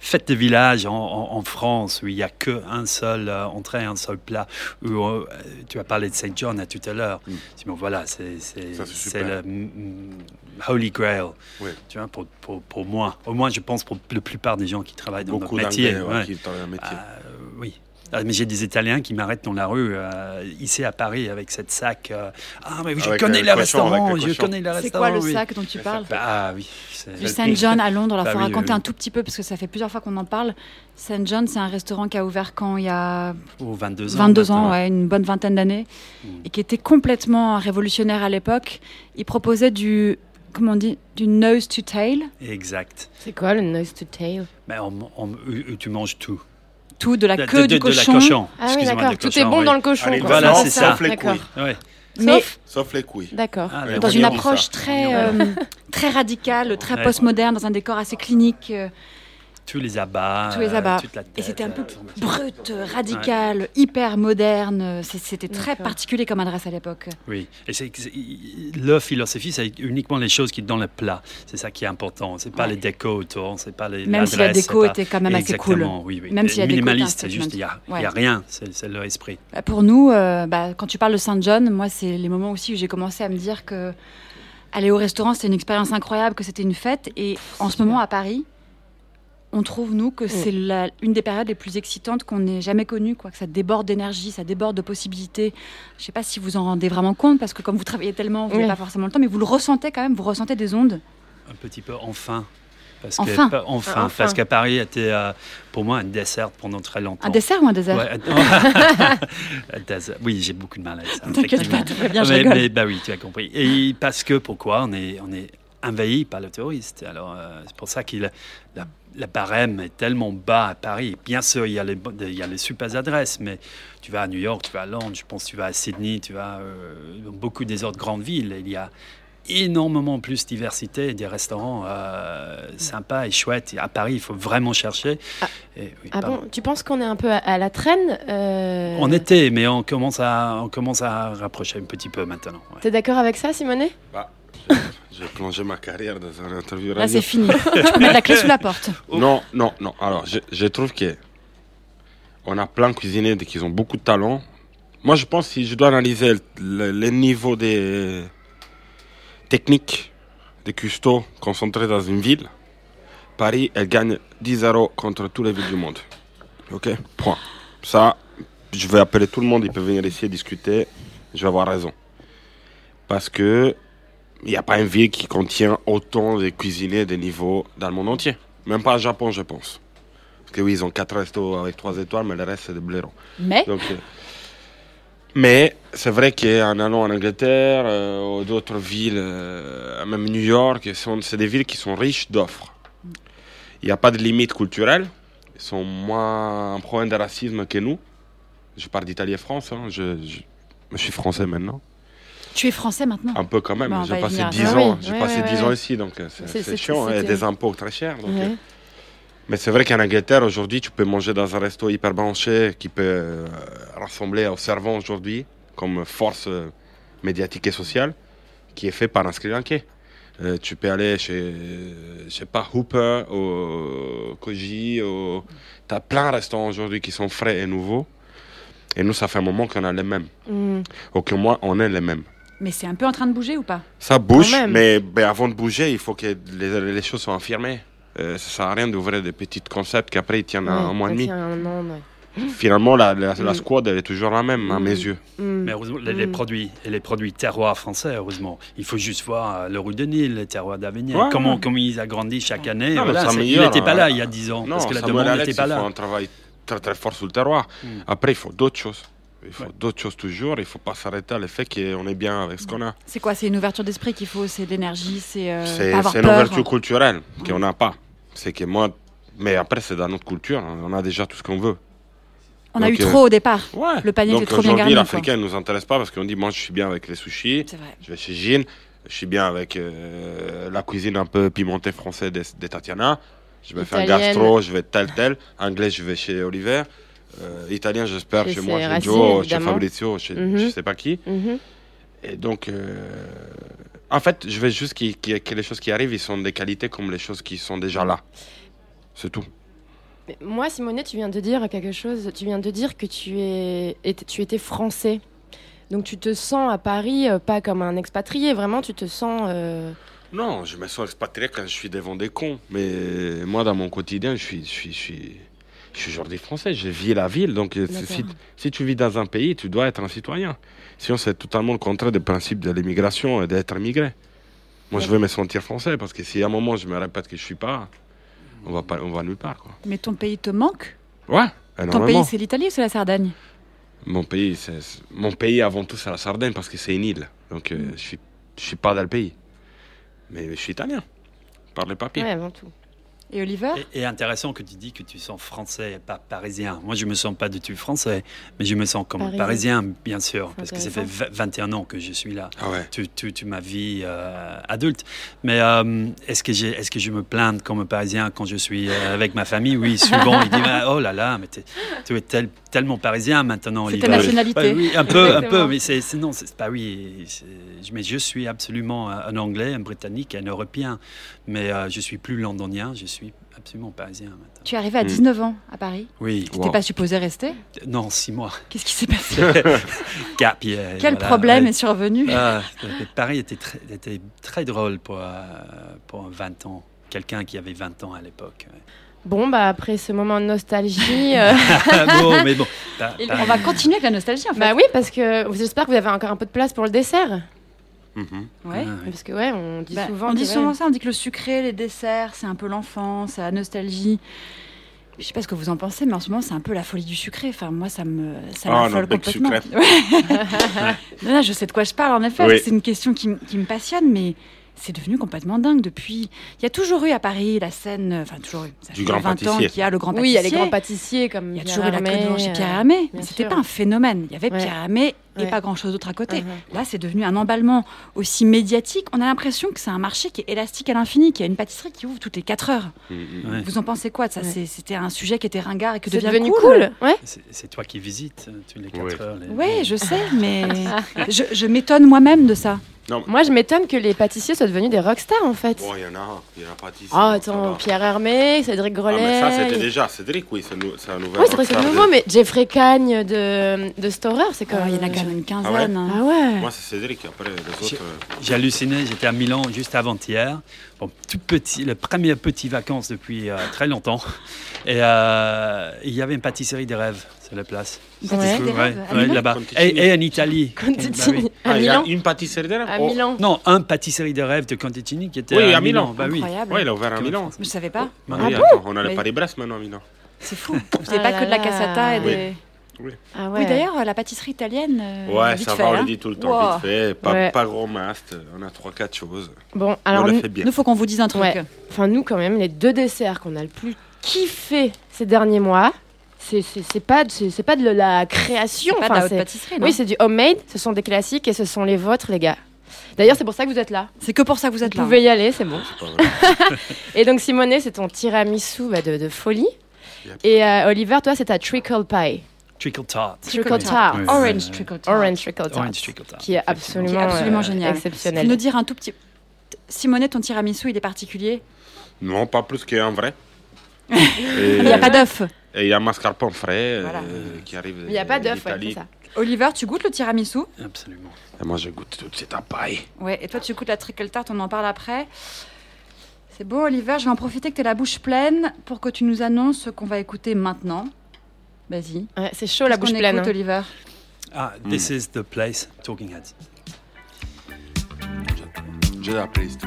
S9: fête de village en, en- en France où il n'y a qu'un seul euh, entrée, un seul plat. Où, euh, tu as parlé de Saint John à tout à l'heure. Sinon, voilà, c'est, c'est,
S6: Mm. Ça, c'est
S9: c'est
S6: super.
S9: le mm, mm, Holy Grail.
S6: Oui.
S9: Tu vois, pour, pour, pour moi. Au moins, je pense pour la plupart des gens qui travaillent dans
S6: Beaucoup
S9: notre métier.
S6: d'anglais ouais,
S9: ouais.
S6: qui travaillent dans le métier.
S9: Euh, oui. Ah, mais j'ai des Italiens qui m'arrêtent dans la rue, euh, ici à Paris, avec cette sac. euh, ah, mais oui, je
S6: Avec,
S9: connais
S6: euh,
S9: le
S6: le cochon,
S9: restaurant,
S6: avec le
S9: je
S6: cochon.
S9: connais le
S3: C'est
S9: restaurant.
S3: quoi le
S9: oui.
S3: sac dont tu parles
S9: Ah oui. c'est-
S3: Du Saint John à Londres, alors
S9: Bah
S3: faut
S9: oui, oui,
S3: raconter
S9: oui.
S3: un tout petit peu parce que ça fait plusieurs fois qu'on en parle. Saint John, c'est un restaurant qui a ouvert quand il y a
S9: Oh, 22 ans
S3: 22 ans,
S9: maintenant. Mm.
S3: ouais, une bonne vingtaine d'années, et qui était complètement révolutionnaire à l'époque. Il proposait du, comment on dit, du nose to tail,
S9: Exact.
S4: C'est quoi le nose to tail
S9: Mais on- on- euh, tu manges tout.
S3: tout de la
S9: De-
S3: queue
S9: de-
S3: du
S9: de la
S3: cochon.
S9: cochon.
S4: Ah oui,
S9: Excuse-moi,
S4: d'accord.
S9: du
S4: Tout est
S9: cochon,
S4: bon
S9: oui.
S4: dans le cochon,
S9: Allez,
S4: quoi.
S9: voilà,
S4: Sauf
S9: c'est
S4: ça,
S9: ça.
S4: d'accord.
S9: Ouais.
S3: Mais-
S6: Sauf les couilles.
S4: D'accord.
S9: Ah,
S3: dans
S9: on y
S3: une
S9: revient,
S3: approche
S9: ça.
S3: très,
S9: On y revient.
S3: euh, très radicale, très
S9: Ouais.
S3: postmoderne, dans un décor assez clinique, euh,
S9: Tous les abats.
S3: tous les
S9: euh,
S3: abats.
S9: toute la tête,
S3: Et c'était un peu
S9: euh,
S3: brut, euh, radical, hyper moderne. euh, c'est- C'était très particulier comme adresse à l'époque.
S9: Oui, et c'est c'est- la philosophie, c'est uniquement les choses qui sont dans le plat. C'est ça qui est important. C'est pas les décos autour, c'est pas les.
S3: Même si la
S9: l'adresse,
S3: déco
S9: c'est pas-
S3: était quand même assez cool.
S9: Exactement, Oui, oui.
S3: Même si la déco était
S9: minimaliste, c'est
S3: un
S9: juste il y a, il y a
S3: Ouais.
S9: rien. C'est c'est leur esprit.
S3: Bah, Pour nous, euh, bah, quand tu parles de Saint-John, moi, c'est les moments aussi où j'ai commencé à me dire que aller au restaurant, c'était une expérience incroyable, que c'était une fête. Et en ce moment, à Paris, on trouve, nous, que c'est la- une des périodes les plus excitantes qu'on ait jamais connues, quoi, que ça déborde d'énergie, ça déborde de possibilités. Je ne sais pas si vous en rendez vraiment compte, parce que comme vous travaillez tellement, vous n'avez
S9: Oui.
S3: pas forcément le temps, mais vous le ressentez quand même, vous ressentez des ondes.
S9: Un petit peu enfin. Parce
S3: Enfin.
S9: que, pas- enfin,
S3: Ah, enfin.
S9: Parce que Paris était euh, pour moi un dessert pendant très longtemps.
S3: Un dessert ou un désert
S9: Ouais, un- un désert. Oui, j'ai beaucoup de mal avec ça.
S3: T'inquiète
S9: effectivement.
S3: pas, tout va bien, je
S9: mais,
S3: rigole.
S9: mais, bah oui, tu as compris. Et parce que pourquoi on est, on est envahi par le touriste. Alors euh, c'est pour ça que la, la barème est tellement bas à Paris. Bien sûr, il y a les, bo- il y a les super adresses, mais tu vas à New York, tu vas à Londres, je pense que tu vas à Sydney, tu vas euh, dans beaucoup des autres grandes villes. Il y a énormément plus de diversité et des restaurants euh, sympas et chouettes. Et à Paris, il faut vraiment chercher. Et- oui,
S4: Ah
S9: pardon.
S4: bon Tu penses qu'on est un peu à, à la traîne euh,
S9: On était, mais on commence à, on commence à rapprocher un petit peu maintenant. ouais.
S4: T'es d'accord avec ça, Simonet
S6: Bah, J'ai plongé ma carrière dans un interview
S4: Là,
S3: Ah,
S6: radio.
S4: c'est fini. Tu peux mettre la clé sous la
S3: porte.
S6: Non, non, non. Alors, je, je trouve que on a plein de cuisiniers qui ont beaucoup de talent. Moi, je pense que si je dois analyser le- le- les niveaux des techniques des custos concentrés dans une ville, Paris, elle gagne 10-0 contre toutes les villes du monde. Ok Point. Ça, je vais appeler tout le monde, il peut venir ici et discuter. Je vais avoir raison. Parce que il n'y a pas une ville qui contient autant de cuisiniers de niveau dans le monde entier. Même pas au Japon, je pense. Parce que oui, ils ont quatre restos avec trois étoiles, mais le reste, c'est des blaireaux.
S3: Mais
S6: Donc, euh, mais c'est vrai qu'en allant en Angleterre, euh, ou d'autres villes, euh, même New York, ils sont- c'est des villes qui sont riches d'offres. Il n'y a pas de limite culturelle. Ils sont moins en problème de racisme que nous. Je parle d'Italie et France. hein. Je, je- je suis français maintenant.
S3: Tu es français maintenant
S9: Ah.
S6: Un peu quand même.
S3: Bah, on
S6: J'ai
S3: va y
S6: passé
S3: venir
S6: 10
S3: après.
S6: ans.
S3: Ah oui,
S6: J'ai
S3: ouais,
S6: passé
S3: ouais,
S6: 10
S3: ouais.
S6: ans ici, donc euh, c'est-
S3: C'est-
S6: c'est
S3: c'est-
S6: chiant.
S3: c'est
S6: Et des
S3: terrible.
S6: impôts très chers. donc,
S3: Ouais.
S6: euh. Mais c'est vrai qu'en Angleterre, aujourd'hui, tu peux manger dans un resto hyper branché qui peut euh, rassembler aux servants aujourd'hui comme force euh, médiatique et sociale qui est fait par un Sri Lankais. Euh, tu peux aller chez, euh, je sais pas, Hooper, au Koji, au... tu as plein de restaurants aujourd'hui qui sont frais et nouveaux. Et nous, ça fait un moment qu'on a les mêmes.
S4: Hmm.
S3: Mm.
S6: Ou que moi, on est les mêmes.
S3: Mais c'est un peu en train de bouger ou pas
S6: Ça bouge,
S3: Quand même.
S6: mais ben, avant de bouger, il faut que les, les choses soient affirmées. Euh, ça sert à rien d'ouvrir des petits concepts qu'après ils tiennent un, un mois et
S4: Ouais,
S6: demi.
S4: tiens, un an, ouais.
S6: Finalement, la, la, la
S4: Mm.
S6: squad, elle est toujours la même, à
S3: Mm.
S6: mes yeux.
S4: Hmm.
S9: Mais heureusement, les,
S6: Mm.
S9: les produits et les produits terroirs français, heureusement. Il faut juste voir euh, le rue de Nil, le terroir d'Avignon,
S6: Ouais.
S9: comment, comment ils agrandissent chaque année.
S6: Non, mais
S9: Voilà,
S6: ça
S9: c'est- il
S6: améliore,
S9: n'était pas
S6: hein.
S9: là il y a 10 ans,
S6: Non,
S9: parce que la
S6: Samuel
S9: demande
S6: Alex,
S9: n'était pas
S6: il faut
S9: là.
S6: un travail très très fort sur le terroir.
S3: Mm.
S6: Après, il faut d'autres choses. Il faut d'autres choses toujours. Il faut pas s'arrêter à l'effet qu'on est bien avec ce qu'on a.
S3: C'est quoi C'est une ouverture d'esprit qu'il faut, c'est de l'énergie, c'est Mm. euh,
S6: C'est
S3: pas avoir
S6: c'est une
S3: peur.
S6: ouverture culturelle qu'on n'a pas. C'est que moi. Mais après, c'est dans notre culture. hein. On a déjà tout ce qu'on veut.
S3: On a
S6: Donc,
S3: eu
S6: euh,
S3: trop au départ. Le panier
S6: Donc
S3: était trop bien
S6: aujourd'hui,
S3: garni. quoi.
S6: l'Africain ne nous intéresse pas parce qu'on dit moi je suis bien avec les sushis, je vais chez Gilles, je suis bien avec euh, la cuisine un peu pimentée française des, des Tatiana, je vais faire
S13: Italienne.
S6: gastro, je vais tel tel, anglais je vais chez Oliver, Euh, italien j'espère
S13: Chez
S6: chez, moi, chez
S13: Serracine,
S6: Joe, chez
S13: évidemment.
S6: Fabrizio, chez
S13: Mhm.
S6: je sais pas qui. Et donc euh, en fait je veux juste qu'il- qu'il- que les choses qui arrivent ils sont des qualités comme les choses qui sont déjà là. C'est tout.
S4: Mais Moi, Simonet, tu viens de dire quelque chose. Tu viens de dire que tu, es, et tu étais français. Donc tu te sens à Paris euh, pas comme un expatrié, vraiment, tu te sens. euh,
S6: Non, je me sens expatrié quand je suis devant des cons. Mais moi, dans mon quotidien, je suis, je suis, je suis, Je suis aujourd'hui français, j'ai vis la ville. Donc, euh, si, si- si tu vis dans un pays, tu dois être un citoyen. Sinon, c'est totalement le contraire du principe de l'immigration et d'être immigré. Moi, je veux me sentir français parce que si à un moment je me répète que je suis pas, on va pas, on va nulle part. Quoi.
S3: Mais ton pays te manque
S6: Ouais.
S3: Ton
S6: énormément.
S3: pays, c'est l'Italie ou c'est la Sardaigne
S6: Mon pays, c'est- c'est- mon pays avant tout, c'est la Sardaigne parce que c'est une île. Donc, euh,
S3: Mm.
S6: je suis, je suis pas dans le pays, mais je suis italien par les papiers.
S4: avant tout.
S3: Et Oliver
S9: Et, et intéressant que tu dis que tu sens français et pas parisien. Moi, je me sens pas du tout français, mais je me sens comme
S6: Parisien.
S9: parisien, bien sûr, parce que ça fait
S6: intéressant.
S9: v- 21 ans que je suis là.
S6: Ah ouais.
S9: Tu, tu, tu ma vie euh, adulte. Mais euh, est-ce que, j'ai- est-ce que je me plains comme parisien quand je suis euh, avec ma famille Oui, souvent, ils disent Ah, Oh là là, mais t'es- tu es tel- tellement parisien maintenant.
S3: C'est
S9: Olivier.
S3: ta nationalité.
S9: Ouais, Bah oui, un peu, un
S3: Exactement.
S9: peu, mais c'est c'est- non, c'est pas oui. c'est- Mais je suis absolument un Anglais, un Britannique, un Européen. Mais euh, je suis plus londonien, je suis absolument parisien maintenant.
S3: Tu es arrivé à
S6: Hmm.
S9: Mm.
S3: 19 ans à Paris.
S9: Oui.
S3: Tu n'étais pas supposé rester
S9: Non, six mois.
S3: Qu'est-ce qui s'est passé
S9: Gap year,
S3: Quel
S9: voilà,
S3: problème
S9: ouais.
S3: est survenu
S9: Ah, euh, Paris était très, était très drôle pour, euh, pour un 20 ans. Quelqu'un qui avait 20 ans à l'époque.
S4: Bon, bah après ce moment de nostalgie. euh,
S9: Ah, bon, mais bon. pa-
S4: Il-
S9: Paris-
S3: continuer avec la nostalgie en fait.
S4: Bah oui, parce que vous- j'espère que vous avez encore un peu de place pour le dessert.
S3: Ouais.
S9: ah,
S4: Parce que ouais, on dit
S3: Bah,
S4: souvent.
S3: on
S4: que,
S3: dit souvent
S4: ouais.
S3: ça, on dit que le sucré, les desserts, c'est un peu l'enfance, la nostalgie. Je sais pas ce que vous en pensez, mais en ce moment, c'est un peu la folie du sucré. Enfin, moi, ça me, ça
S6: Ah,
S3: m'affole
S6: notre bec
S3: complètement.
S6: sucré.
S3: Ouais. non, non, je sais de quoi je parle, en effet.
S6: Oui.
S3: C'est une question qui, m- qui me passionne, mais c'est devenu complètement dingue depuis. Il y a toujours eu à Paris la scène, euh, enfin, toujours eu, ça
S6: Du
S3: fait
S6: grand
S3: 20 ans
S6: pâtissier.
S3: qu'il y a le grand
S4: Oui,
S3: pâtissier.
S4: il y a les grands pâtissiers comme.
S3: Il y a toujours eu la queue de chez Pierre Hermé, mais c'était pas un phénomène. Il y avait
S4: euh, Ouais.
S3: Pierre Hermé et
S4: Ouais.
S3: pas grand-chose d'autre à côté. Là, c'est devenu un emballement aussi médiatique. On a l'impression que c'est un marché qui est élastique à l'infini, qu'il y a une pâtisserie qui ouvre toutes les 4 heures.
S9: Ouais.
S3: Vous en pensez quoi de ça C'est- C'était un sujet qui était ringard et que
S4: C'est
S3: devient
S4: devenu
S3: cool.
S4: Ouais.
S9: C'est c'est toi qui visites euh, tous les 4 heures. les-
S3: Oui, je sais, mais je, je m'étonne moi-même de ça.
S4: Moi, je m'étonne que les pâtissiers soient devenus des rockstars en fait.
S6: Bon, il y en a, un, il y en a pas dix.
S4: Oh, attends, Pierre Hermé, Cédric
S6: Ah,
S4: Grolet.
S6: mais ça, c'était déjà Cédric, oui, c'est nou- c'est un nouvel.
S4: Oui, c'est vrai, c'est
S6: rockstar
S4: nouveau,
S6: de-
S4: mais Jeffrey Cagne de, de Storer, c'est quand même. Oh, Il y en a quand
S3: même Euh, une hein.
S6: Ah ouais,
S4: Ah ouais.
S6: Moi, c'est Cédric, après les autres. euh,
S9: J'ai halluciné, j'étais à Milan juste avant-hier. Bon, tout petit, le premier petit vacances depuis euh, très longtemps. Et euh, il y avait une pâtisserie des rêves sur la place.
S6: Une
S9: C'était
S6: pâtisserie
S9: cool,
S6: des
S9: ouais,
S6: rêves, à
S9: ouais,
S6: Milan
S9: là-bas. Et,
S6: Conticini.
S9: et en Italie.
S6: Conticini. Ah, À il y a Milan. une pâtisserie des rêves À Oh. Milan.
S9: Non, un pâtisserie des rêves de Conticini qui était
S6: Oui,
S9: à,
S6: à Milan.
S9: Bah, oui.
S6: Incroyable. Ouais, il a ouvert à
S9: Comme-
S6: Milan.
S3: Je savais pas.
S6: non,
S9: Ah
S6: oui,
S9: bon
S6: attends, on a
S3: Mais-
S6: le Paris-Brest maintenant à Milan.
S3: C'est fou. Vous n'avez pas que de la cassata et
S6: Oui.
S3: des.
S6: Oui.
S4: Ah
S3: Oui, d'ailleurs, la pâtisserie italienne. euh,
S6: Ouais,
S3: vite
S6: ça
S3: fait,
S6: va, on
S3: hein.
S6: le dit tout le temps,
S3: Wow.
S6: vite fait. Pas,
S4: Ouais.
S6: pas gros mast, on a 3-4 choses.
S4: Bon,
S6: on
S4: alors
S6: l'a fait bien.
S4: faut
S3: qu'on vous dise un
S4: truc. Enfin, nous, quand même, les deux desserts qu'on a le plus kiffé ces derniers mois, c'est c'est- c'est pas, de- c'est c'est pas de la création.
S3: C'est pas de la
S4: enfin,
S3: haute hein. pâtisserie, non
S4: Oui, c'est du homemade, ce sont des classiques et ce sont les vôtres, les gars. D'ailleurs, c'est pour ça que vous êtes là.
S3: C'est que pour ça que vous êtes
S4: Vous
S3: là.
S4: pouvez y aller, c'est bon. et donc, Simonet, c'est ton tiramisu bah, de, de folie. Et euh, Oliver, toi, c'est ta trickle pie.
S9: Trickle Tart.
S4: Trickle tart.
S9: Oui, oui, oui.
S3: trickle
S4: tart. Orange trickle tart.
S9: Orange trickle tart,
S4: Qui est absolument,
S3: Qui est absolument
S4: euh,
S3: génial.
S4: exceptionnel.
S3: Tu peux nous dire un tout petit. Simonet, ton tiramisu, il est particulier.
S6: Non, pas plus qu'un vrai.
S3: Il n'y a pas d'œuf.
S6: Et il y a mascarpone frais euh,
S3: Voilà.
S6: qui arrive.
S3: Il n'y a pas d'œuf, ouais,
S6: d'Italie.
S3: c'est ça. Oliver, tu goûtes le tiramisu
S9: Absolument.
S6: Et moi, je goûte toute cette paille.
S3: Ouais, et toi, tu goûtes la trickle tart, on en parle après. C'est beau, Oliver, je vais en profiter que tu la bouche pleine pour que tu nous annonces ce qu'on va écouter maintenant. Vas-y.
S4: Ouais, c'est chaud Oh, la
S3: Qu'est-ce
S4: bouche
S3: qu'on
S4: pleine.
S3: écoute,
S4: hein.
S3: Oliver.
S9: Ah, this is the place, Talking Heads.
S6: J'ai la place.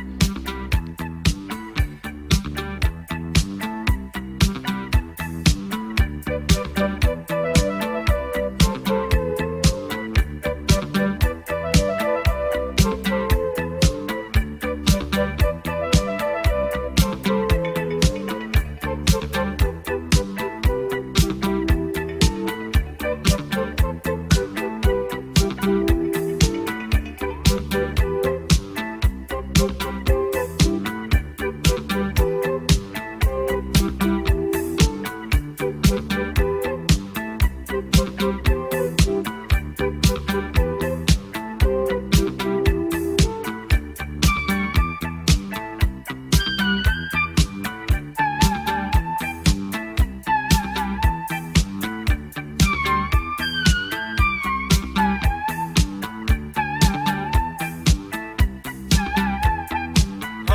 S12: Thank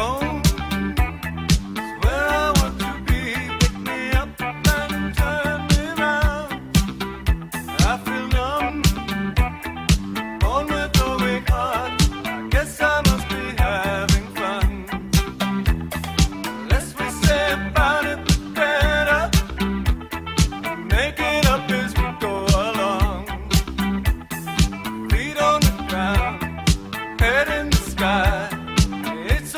S11: Oh, Oh,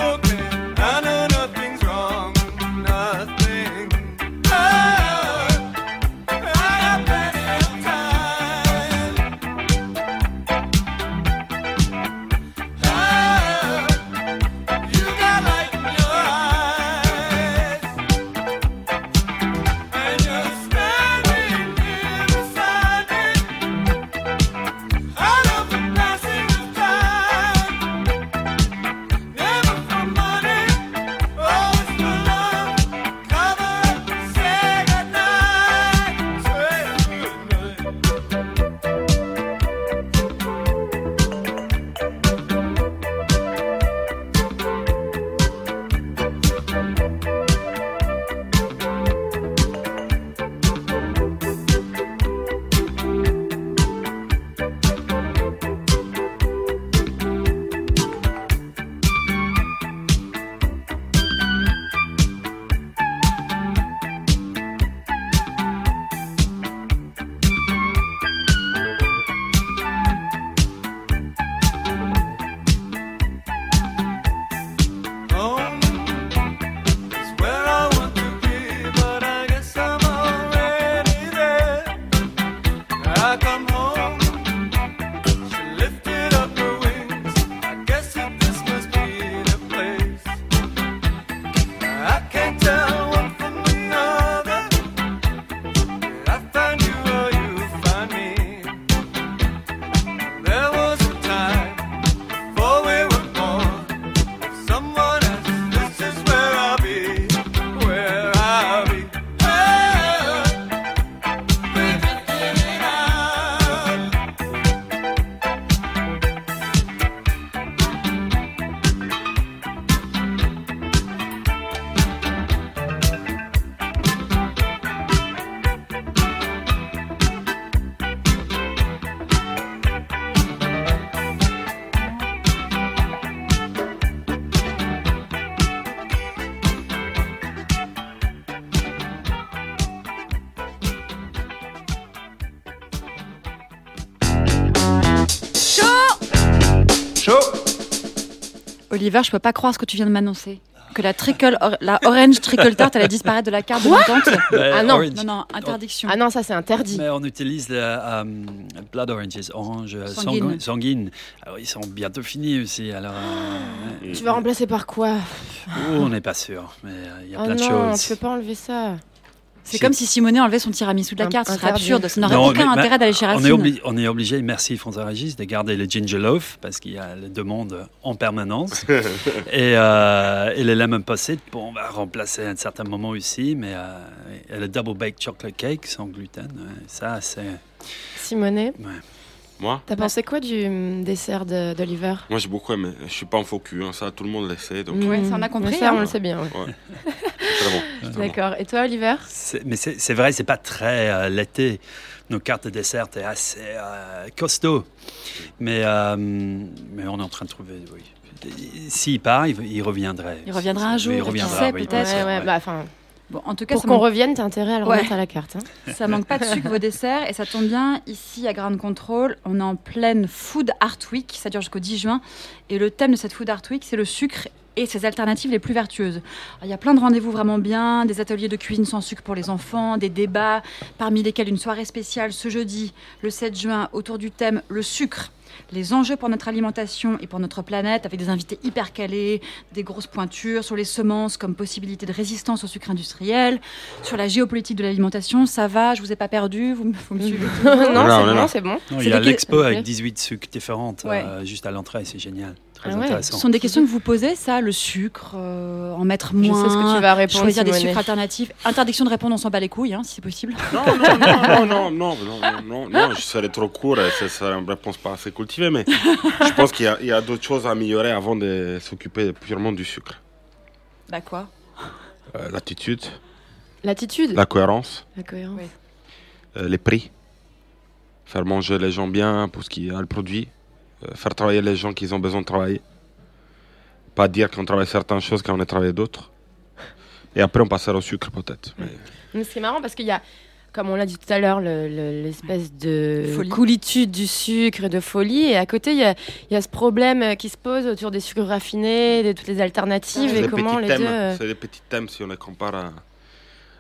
S11: oh,
S3: Oliver, je peux pas croire ce que tu viens de m'annoncer. Que la, trickle, or- la orange trickle tart, elle a disparu de la carte
S4: Quoi
S3: de l'entente.
S9: Mais
S4: Ah
S9: Bah, Euh,
S4: non.
S9: orange.
S3: Non, non, interdiction.
S4: Ah non, ça c'est interdit.
S9: Mais on utilise le euh, blood oranges, oranges euh,
S4: Sanguine.
S9: sanguine. sanguine. Alors, ils sont bientôt finis aussi. Alors, euh,
S4: Tu vas remplacer par quoi
S9: Oh, on n'est pas sûr, mais euh, il y a
S4: Ah
S9: plein de
S4: non,
S9: choses.
S4: tu peux pas enlever ça.
S3: C'est comme si Simonet enlevait son tiramisu de la
S4: Un-
S3: carte, ce serait
S4: interdit.
S3: absurde. Ça n'aurait
S9: Non,
S3: aucun
S9: mais- mais
S3: intérêt d'aller chez
S9: on est,
S3: Racine.
S9: obli- on est obligé, merci François Régis, de garder le ginger loaf parce qu'il y a les demandes en permanence. et, euh, et le lemon posset, bon, on va remplacer à un certain moment aussi, mais euh, et le double baked chocolate cake sans gluten, ouais, ça c'est.
S4: Simonet,
S6: Moi
S4: t'as pensé quoi du hum, dessert de- d'Oliver
S6: Moi j'ai beaucoup aimé. Je suis pas un faux cul, hein, ça tout le monde le sait. Donc...
S4: Ouais, ça, on a compris, Ça, hein. on le sait bien, ouais.
S6: Ouais. Très bon. très bon.
S4: D'accord. Et toi, Oliver
S9: C'est- Mais c'est c'est vrai, c'est pas très euh, l'été. Nos cartes de dessert est assez euh, costaud. Mais, euh, mais on est en train de trouver, oui. S'il part, il, il reviendrait.
S3: Il reviendra un jour,
S9: Il
S3: qui
S9: reviendra,
S3: sait,
S9: oui,
S3: peut-être.
S9: bien sûr,
S3: Ouais, ouais,
S9: ouais.
S4: Bah, enfin,
S3: Bon, en tout cas,
S4: pour
S3: ça
S4: qu'on
S3: manque-
S4: revienne, t'as intérêt à le
S3: Ouais.
S4: remettre à la carte. hein.
S3: Ça manque pas de sucre vos desserts et ça tombe bien ici à Grand Control, on est en pleine Food Art Week, ça dure jusqu'au 10 juin et le thème de cette Food Art Week c'est le sucre et ses alternatives les plus vertueuses. Alors, Il y a plein de rendez-vous vraiment bien, des ateliers de cuisine sans sucre pour les enfants, des débats parmi lesquels une soirée spéciale ce jeudi le 7 juin autour du thème le sucre. Les enjeux pour notre alimentation et pour notre planète, avec des invités hyper calés, des grosses pointures sur les semences comme possibilité de résistance au sucre industriel, sur la géopolitique de l'alimentation. Ça va, je vous ai pas perdu, vous, me- vous me suivez
S4: Non,
S3: toujours
S4: Non,
S9: non, non. Non, il y a
S3: C'est des-
S9: l'expo avec
S3: Ok.
S9: 18 sucres différentes
S3: Ouais.
S9: euh, juste à l'entrée, c'est génial. Très
S3: Ah ouais.
S9: intéressant.
S3: Ce sont des questions que vous posez, ça, le sucre, euh, en mettre
S4: Je sais
S3: moins,
S4: ce que tu vas répondre,
S3: choisir des
S4: Simonet.
S3: sucres alternatifs. Interdiction de répondre, on s'en bat les couilles, hein, si c'est possible.
S6: Non, non, non, non, non, non, non, non, non, je serais trop court et ce serait une réponse pas assez cultivée, mais je pense qu'il y a, il y a d'autres choses à améliorer avant de s'occuper purement du sucre.
S3: Bah quoi
S6: Euh, L'attitude,
S4: L'attitude
S6: la cohérence,
S4: La cohérence.
S6: euh, les prix, faire manger les gens bien pour ce qu'il y a le produit, euh, faire travailler les gens qu'ils ont besoin de travailler, pas dire qu'on travaille certaines choses quand on a travaillé d'autres, et après on passera au sucre peut-être. mais-
S4: Mais c'est marrant parce qu'il y a, comme on l'a dit tout à l'heure, le- le- l'espèce de
S3: Folie.
S4: coulitude du sucre, et de folie. Et à côté, il y a, il y a ce problème euh, qui se pose autour des sucres raffinés, de toutes les alternatives
S6: C'est
S4: et
S6: des
S4: comment
S6: petits
S4: les
S6: thèmes,
S4: deux. euh,
S6: C'est des petits thèmes si on les compare à,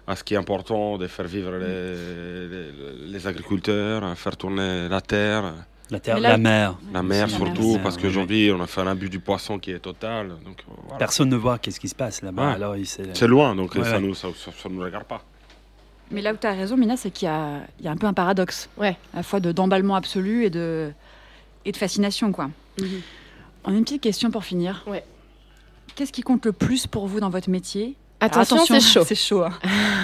S6: à ce qui est important de faire vivre les, les- les agriculteurs, à faire tourner la terre.
S9: La terre, Mais là- la mer.
S6: La mer
S9: La mer,
S6: surtout,
S9: la mer,
S6: parce
S9: oui.
S6: qu'aujourd'hui on a fait un abus du poisson qui est total. Donc, euh, voilà.
S9: Personne ne voit qu'est-ce qui se passe là-bas.
S6: Ouais.
S9: Alors, il-
S6: C'est loin, donc
S9: Ouais,
S6: ça
S9: ouais.
S6: ne nous, ça- ça- ça nous regarde pas.
S3: Mais là où tu as raison, Mina, c'est qu'il y a, il y a un peu un paradoxe. À la fois de- d'emballement absolu et de, et de fascination, quoi. On a une petite question pour finir. Qu'est-ce qui compte le plus pour vous dans votre métier Alors,
S4: Attention, c'est chaud.
S3: Ah, C'est chaud. hein.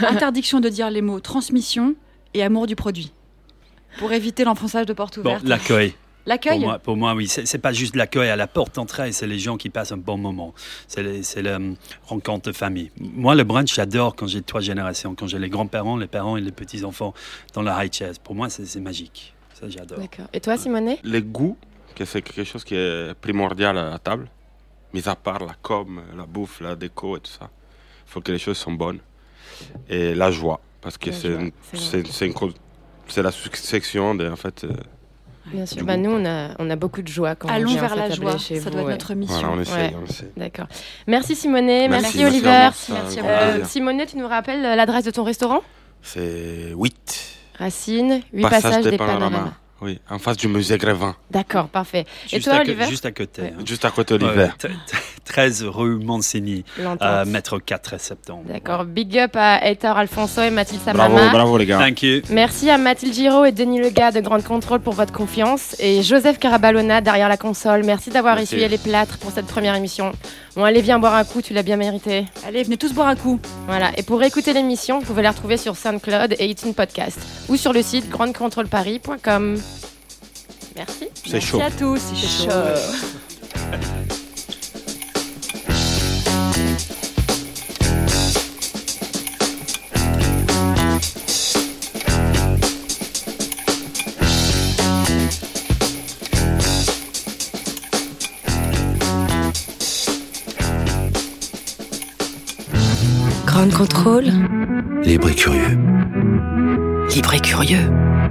S3: Interdiction de dire les mots transmission et amour du produit. Pour éviter l'enfonçage de porte
S9: Bon,
S3: ouverte.
S9: l'accueil.
S3: L'accueil
S9: pour moi, pour moi, oui. C'est c'est pas juste l'accueil à la porte d'entrée, c'est les gens qui passent un bon moment. C'est les- c'est la hum, rencontre de famille. Moi, le brunch, j'adore quand j'ai trois générations, quand j'ai les grands-parents, les parents et les petits-enfants dans la high chaise. Pour moi, c'est c'est magique. Ça, j'adore.
S4: D'accord. Et toi, Simonet
S6: Les goûts, que c'est quelque chose qui est primordial à la table, mis à part la com, la bouffe, la déco et tout ça. Il faut que les choses sont bonnes. Et la joie, parce que
S4: La
S6: c'est
S4: joie,
S6: une-
S4: c'est vrai.
S6: c'est- c'est une cause- c'est la succession de, en fait. euh,
S4: Bien sûr. Bah, nous, on a, on a beaucoup de joie quand
S3: Allons
S4: on vient
S3: vers la
S4: s'attabler
S3: joie,
S4: chez
S3: ça
S4: vous,
S3: doit être
S4: ouais.
S3: notre mission.
S6: Voilà, on essaie, on essaie.
S4: D'accord. Merci Simonet, merci,
S6: Merci, merci
S4: Oliver.
S6: à vous. Merci, merci à vous.
S4: Euh,
S6: plaisir.
S4: Simonet, tu nous rappelles euh, l'adresse de ton restaurant
S6: C'est 8.
S4: Racine, 8 passages des, panoramas.
S6: Oui, en face du musée Grévin.
S4: D'accord, parfait. et
S9: Juste
S4: toi,
S9: à co-
S4: Oliver
S9: Juste à côté. hein.
S6: Juste à côté, Oliver.
S9: Ouais, t- t- 13 rue Mancini,
S4: L'entente.
S9: euh, mètre 4 septembre.
S4: D'accord. Big up à Heitor Alfonso et Mathilde Samama.
S9: Thank you.
S4: Merci à Mathilde Giraud et Denis Lega de Grande Contrôle pour votre confiance et Joseph Caraballona derrière la console. Merci d'avoir
S6: Merci.
S4: essuyé les plâtres pour cette première émission. Bon, allez, viens boire un coup, tu l'as bien mérité.
S3: Allez, venez tous boire un coup.
S4: Voilà. Et pour écouter l'émission, vous pouvez la retrouver sur SoundCloud et iTunes Podcast ou sur le site grandecontrôleparis.com. Merci.
S6: C'est chaud.
S3: Merci à tous, c'est
S4: C'est
S3: chaud.
S4: chaud.
S1: Grand contrôle.
S2: Libre et curieux.
S1: Libre et curieux.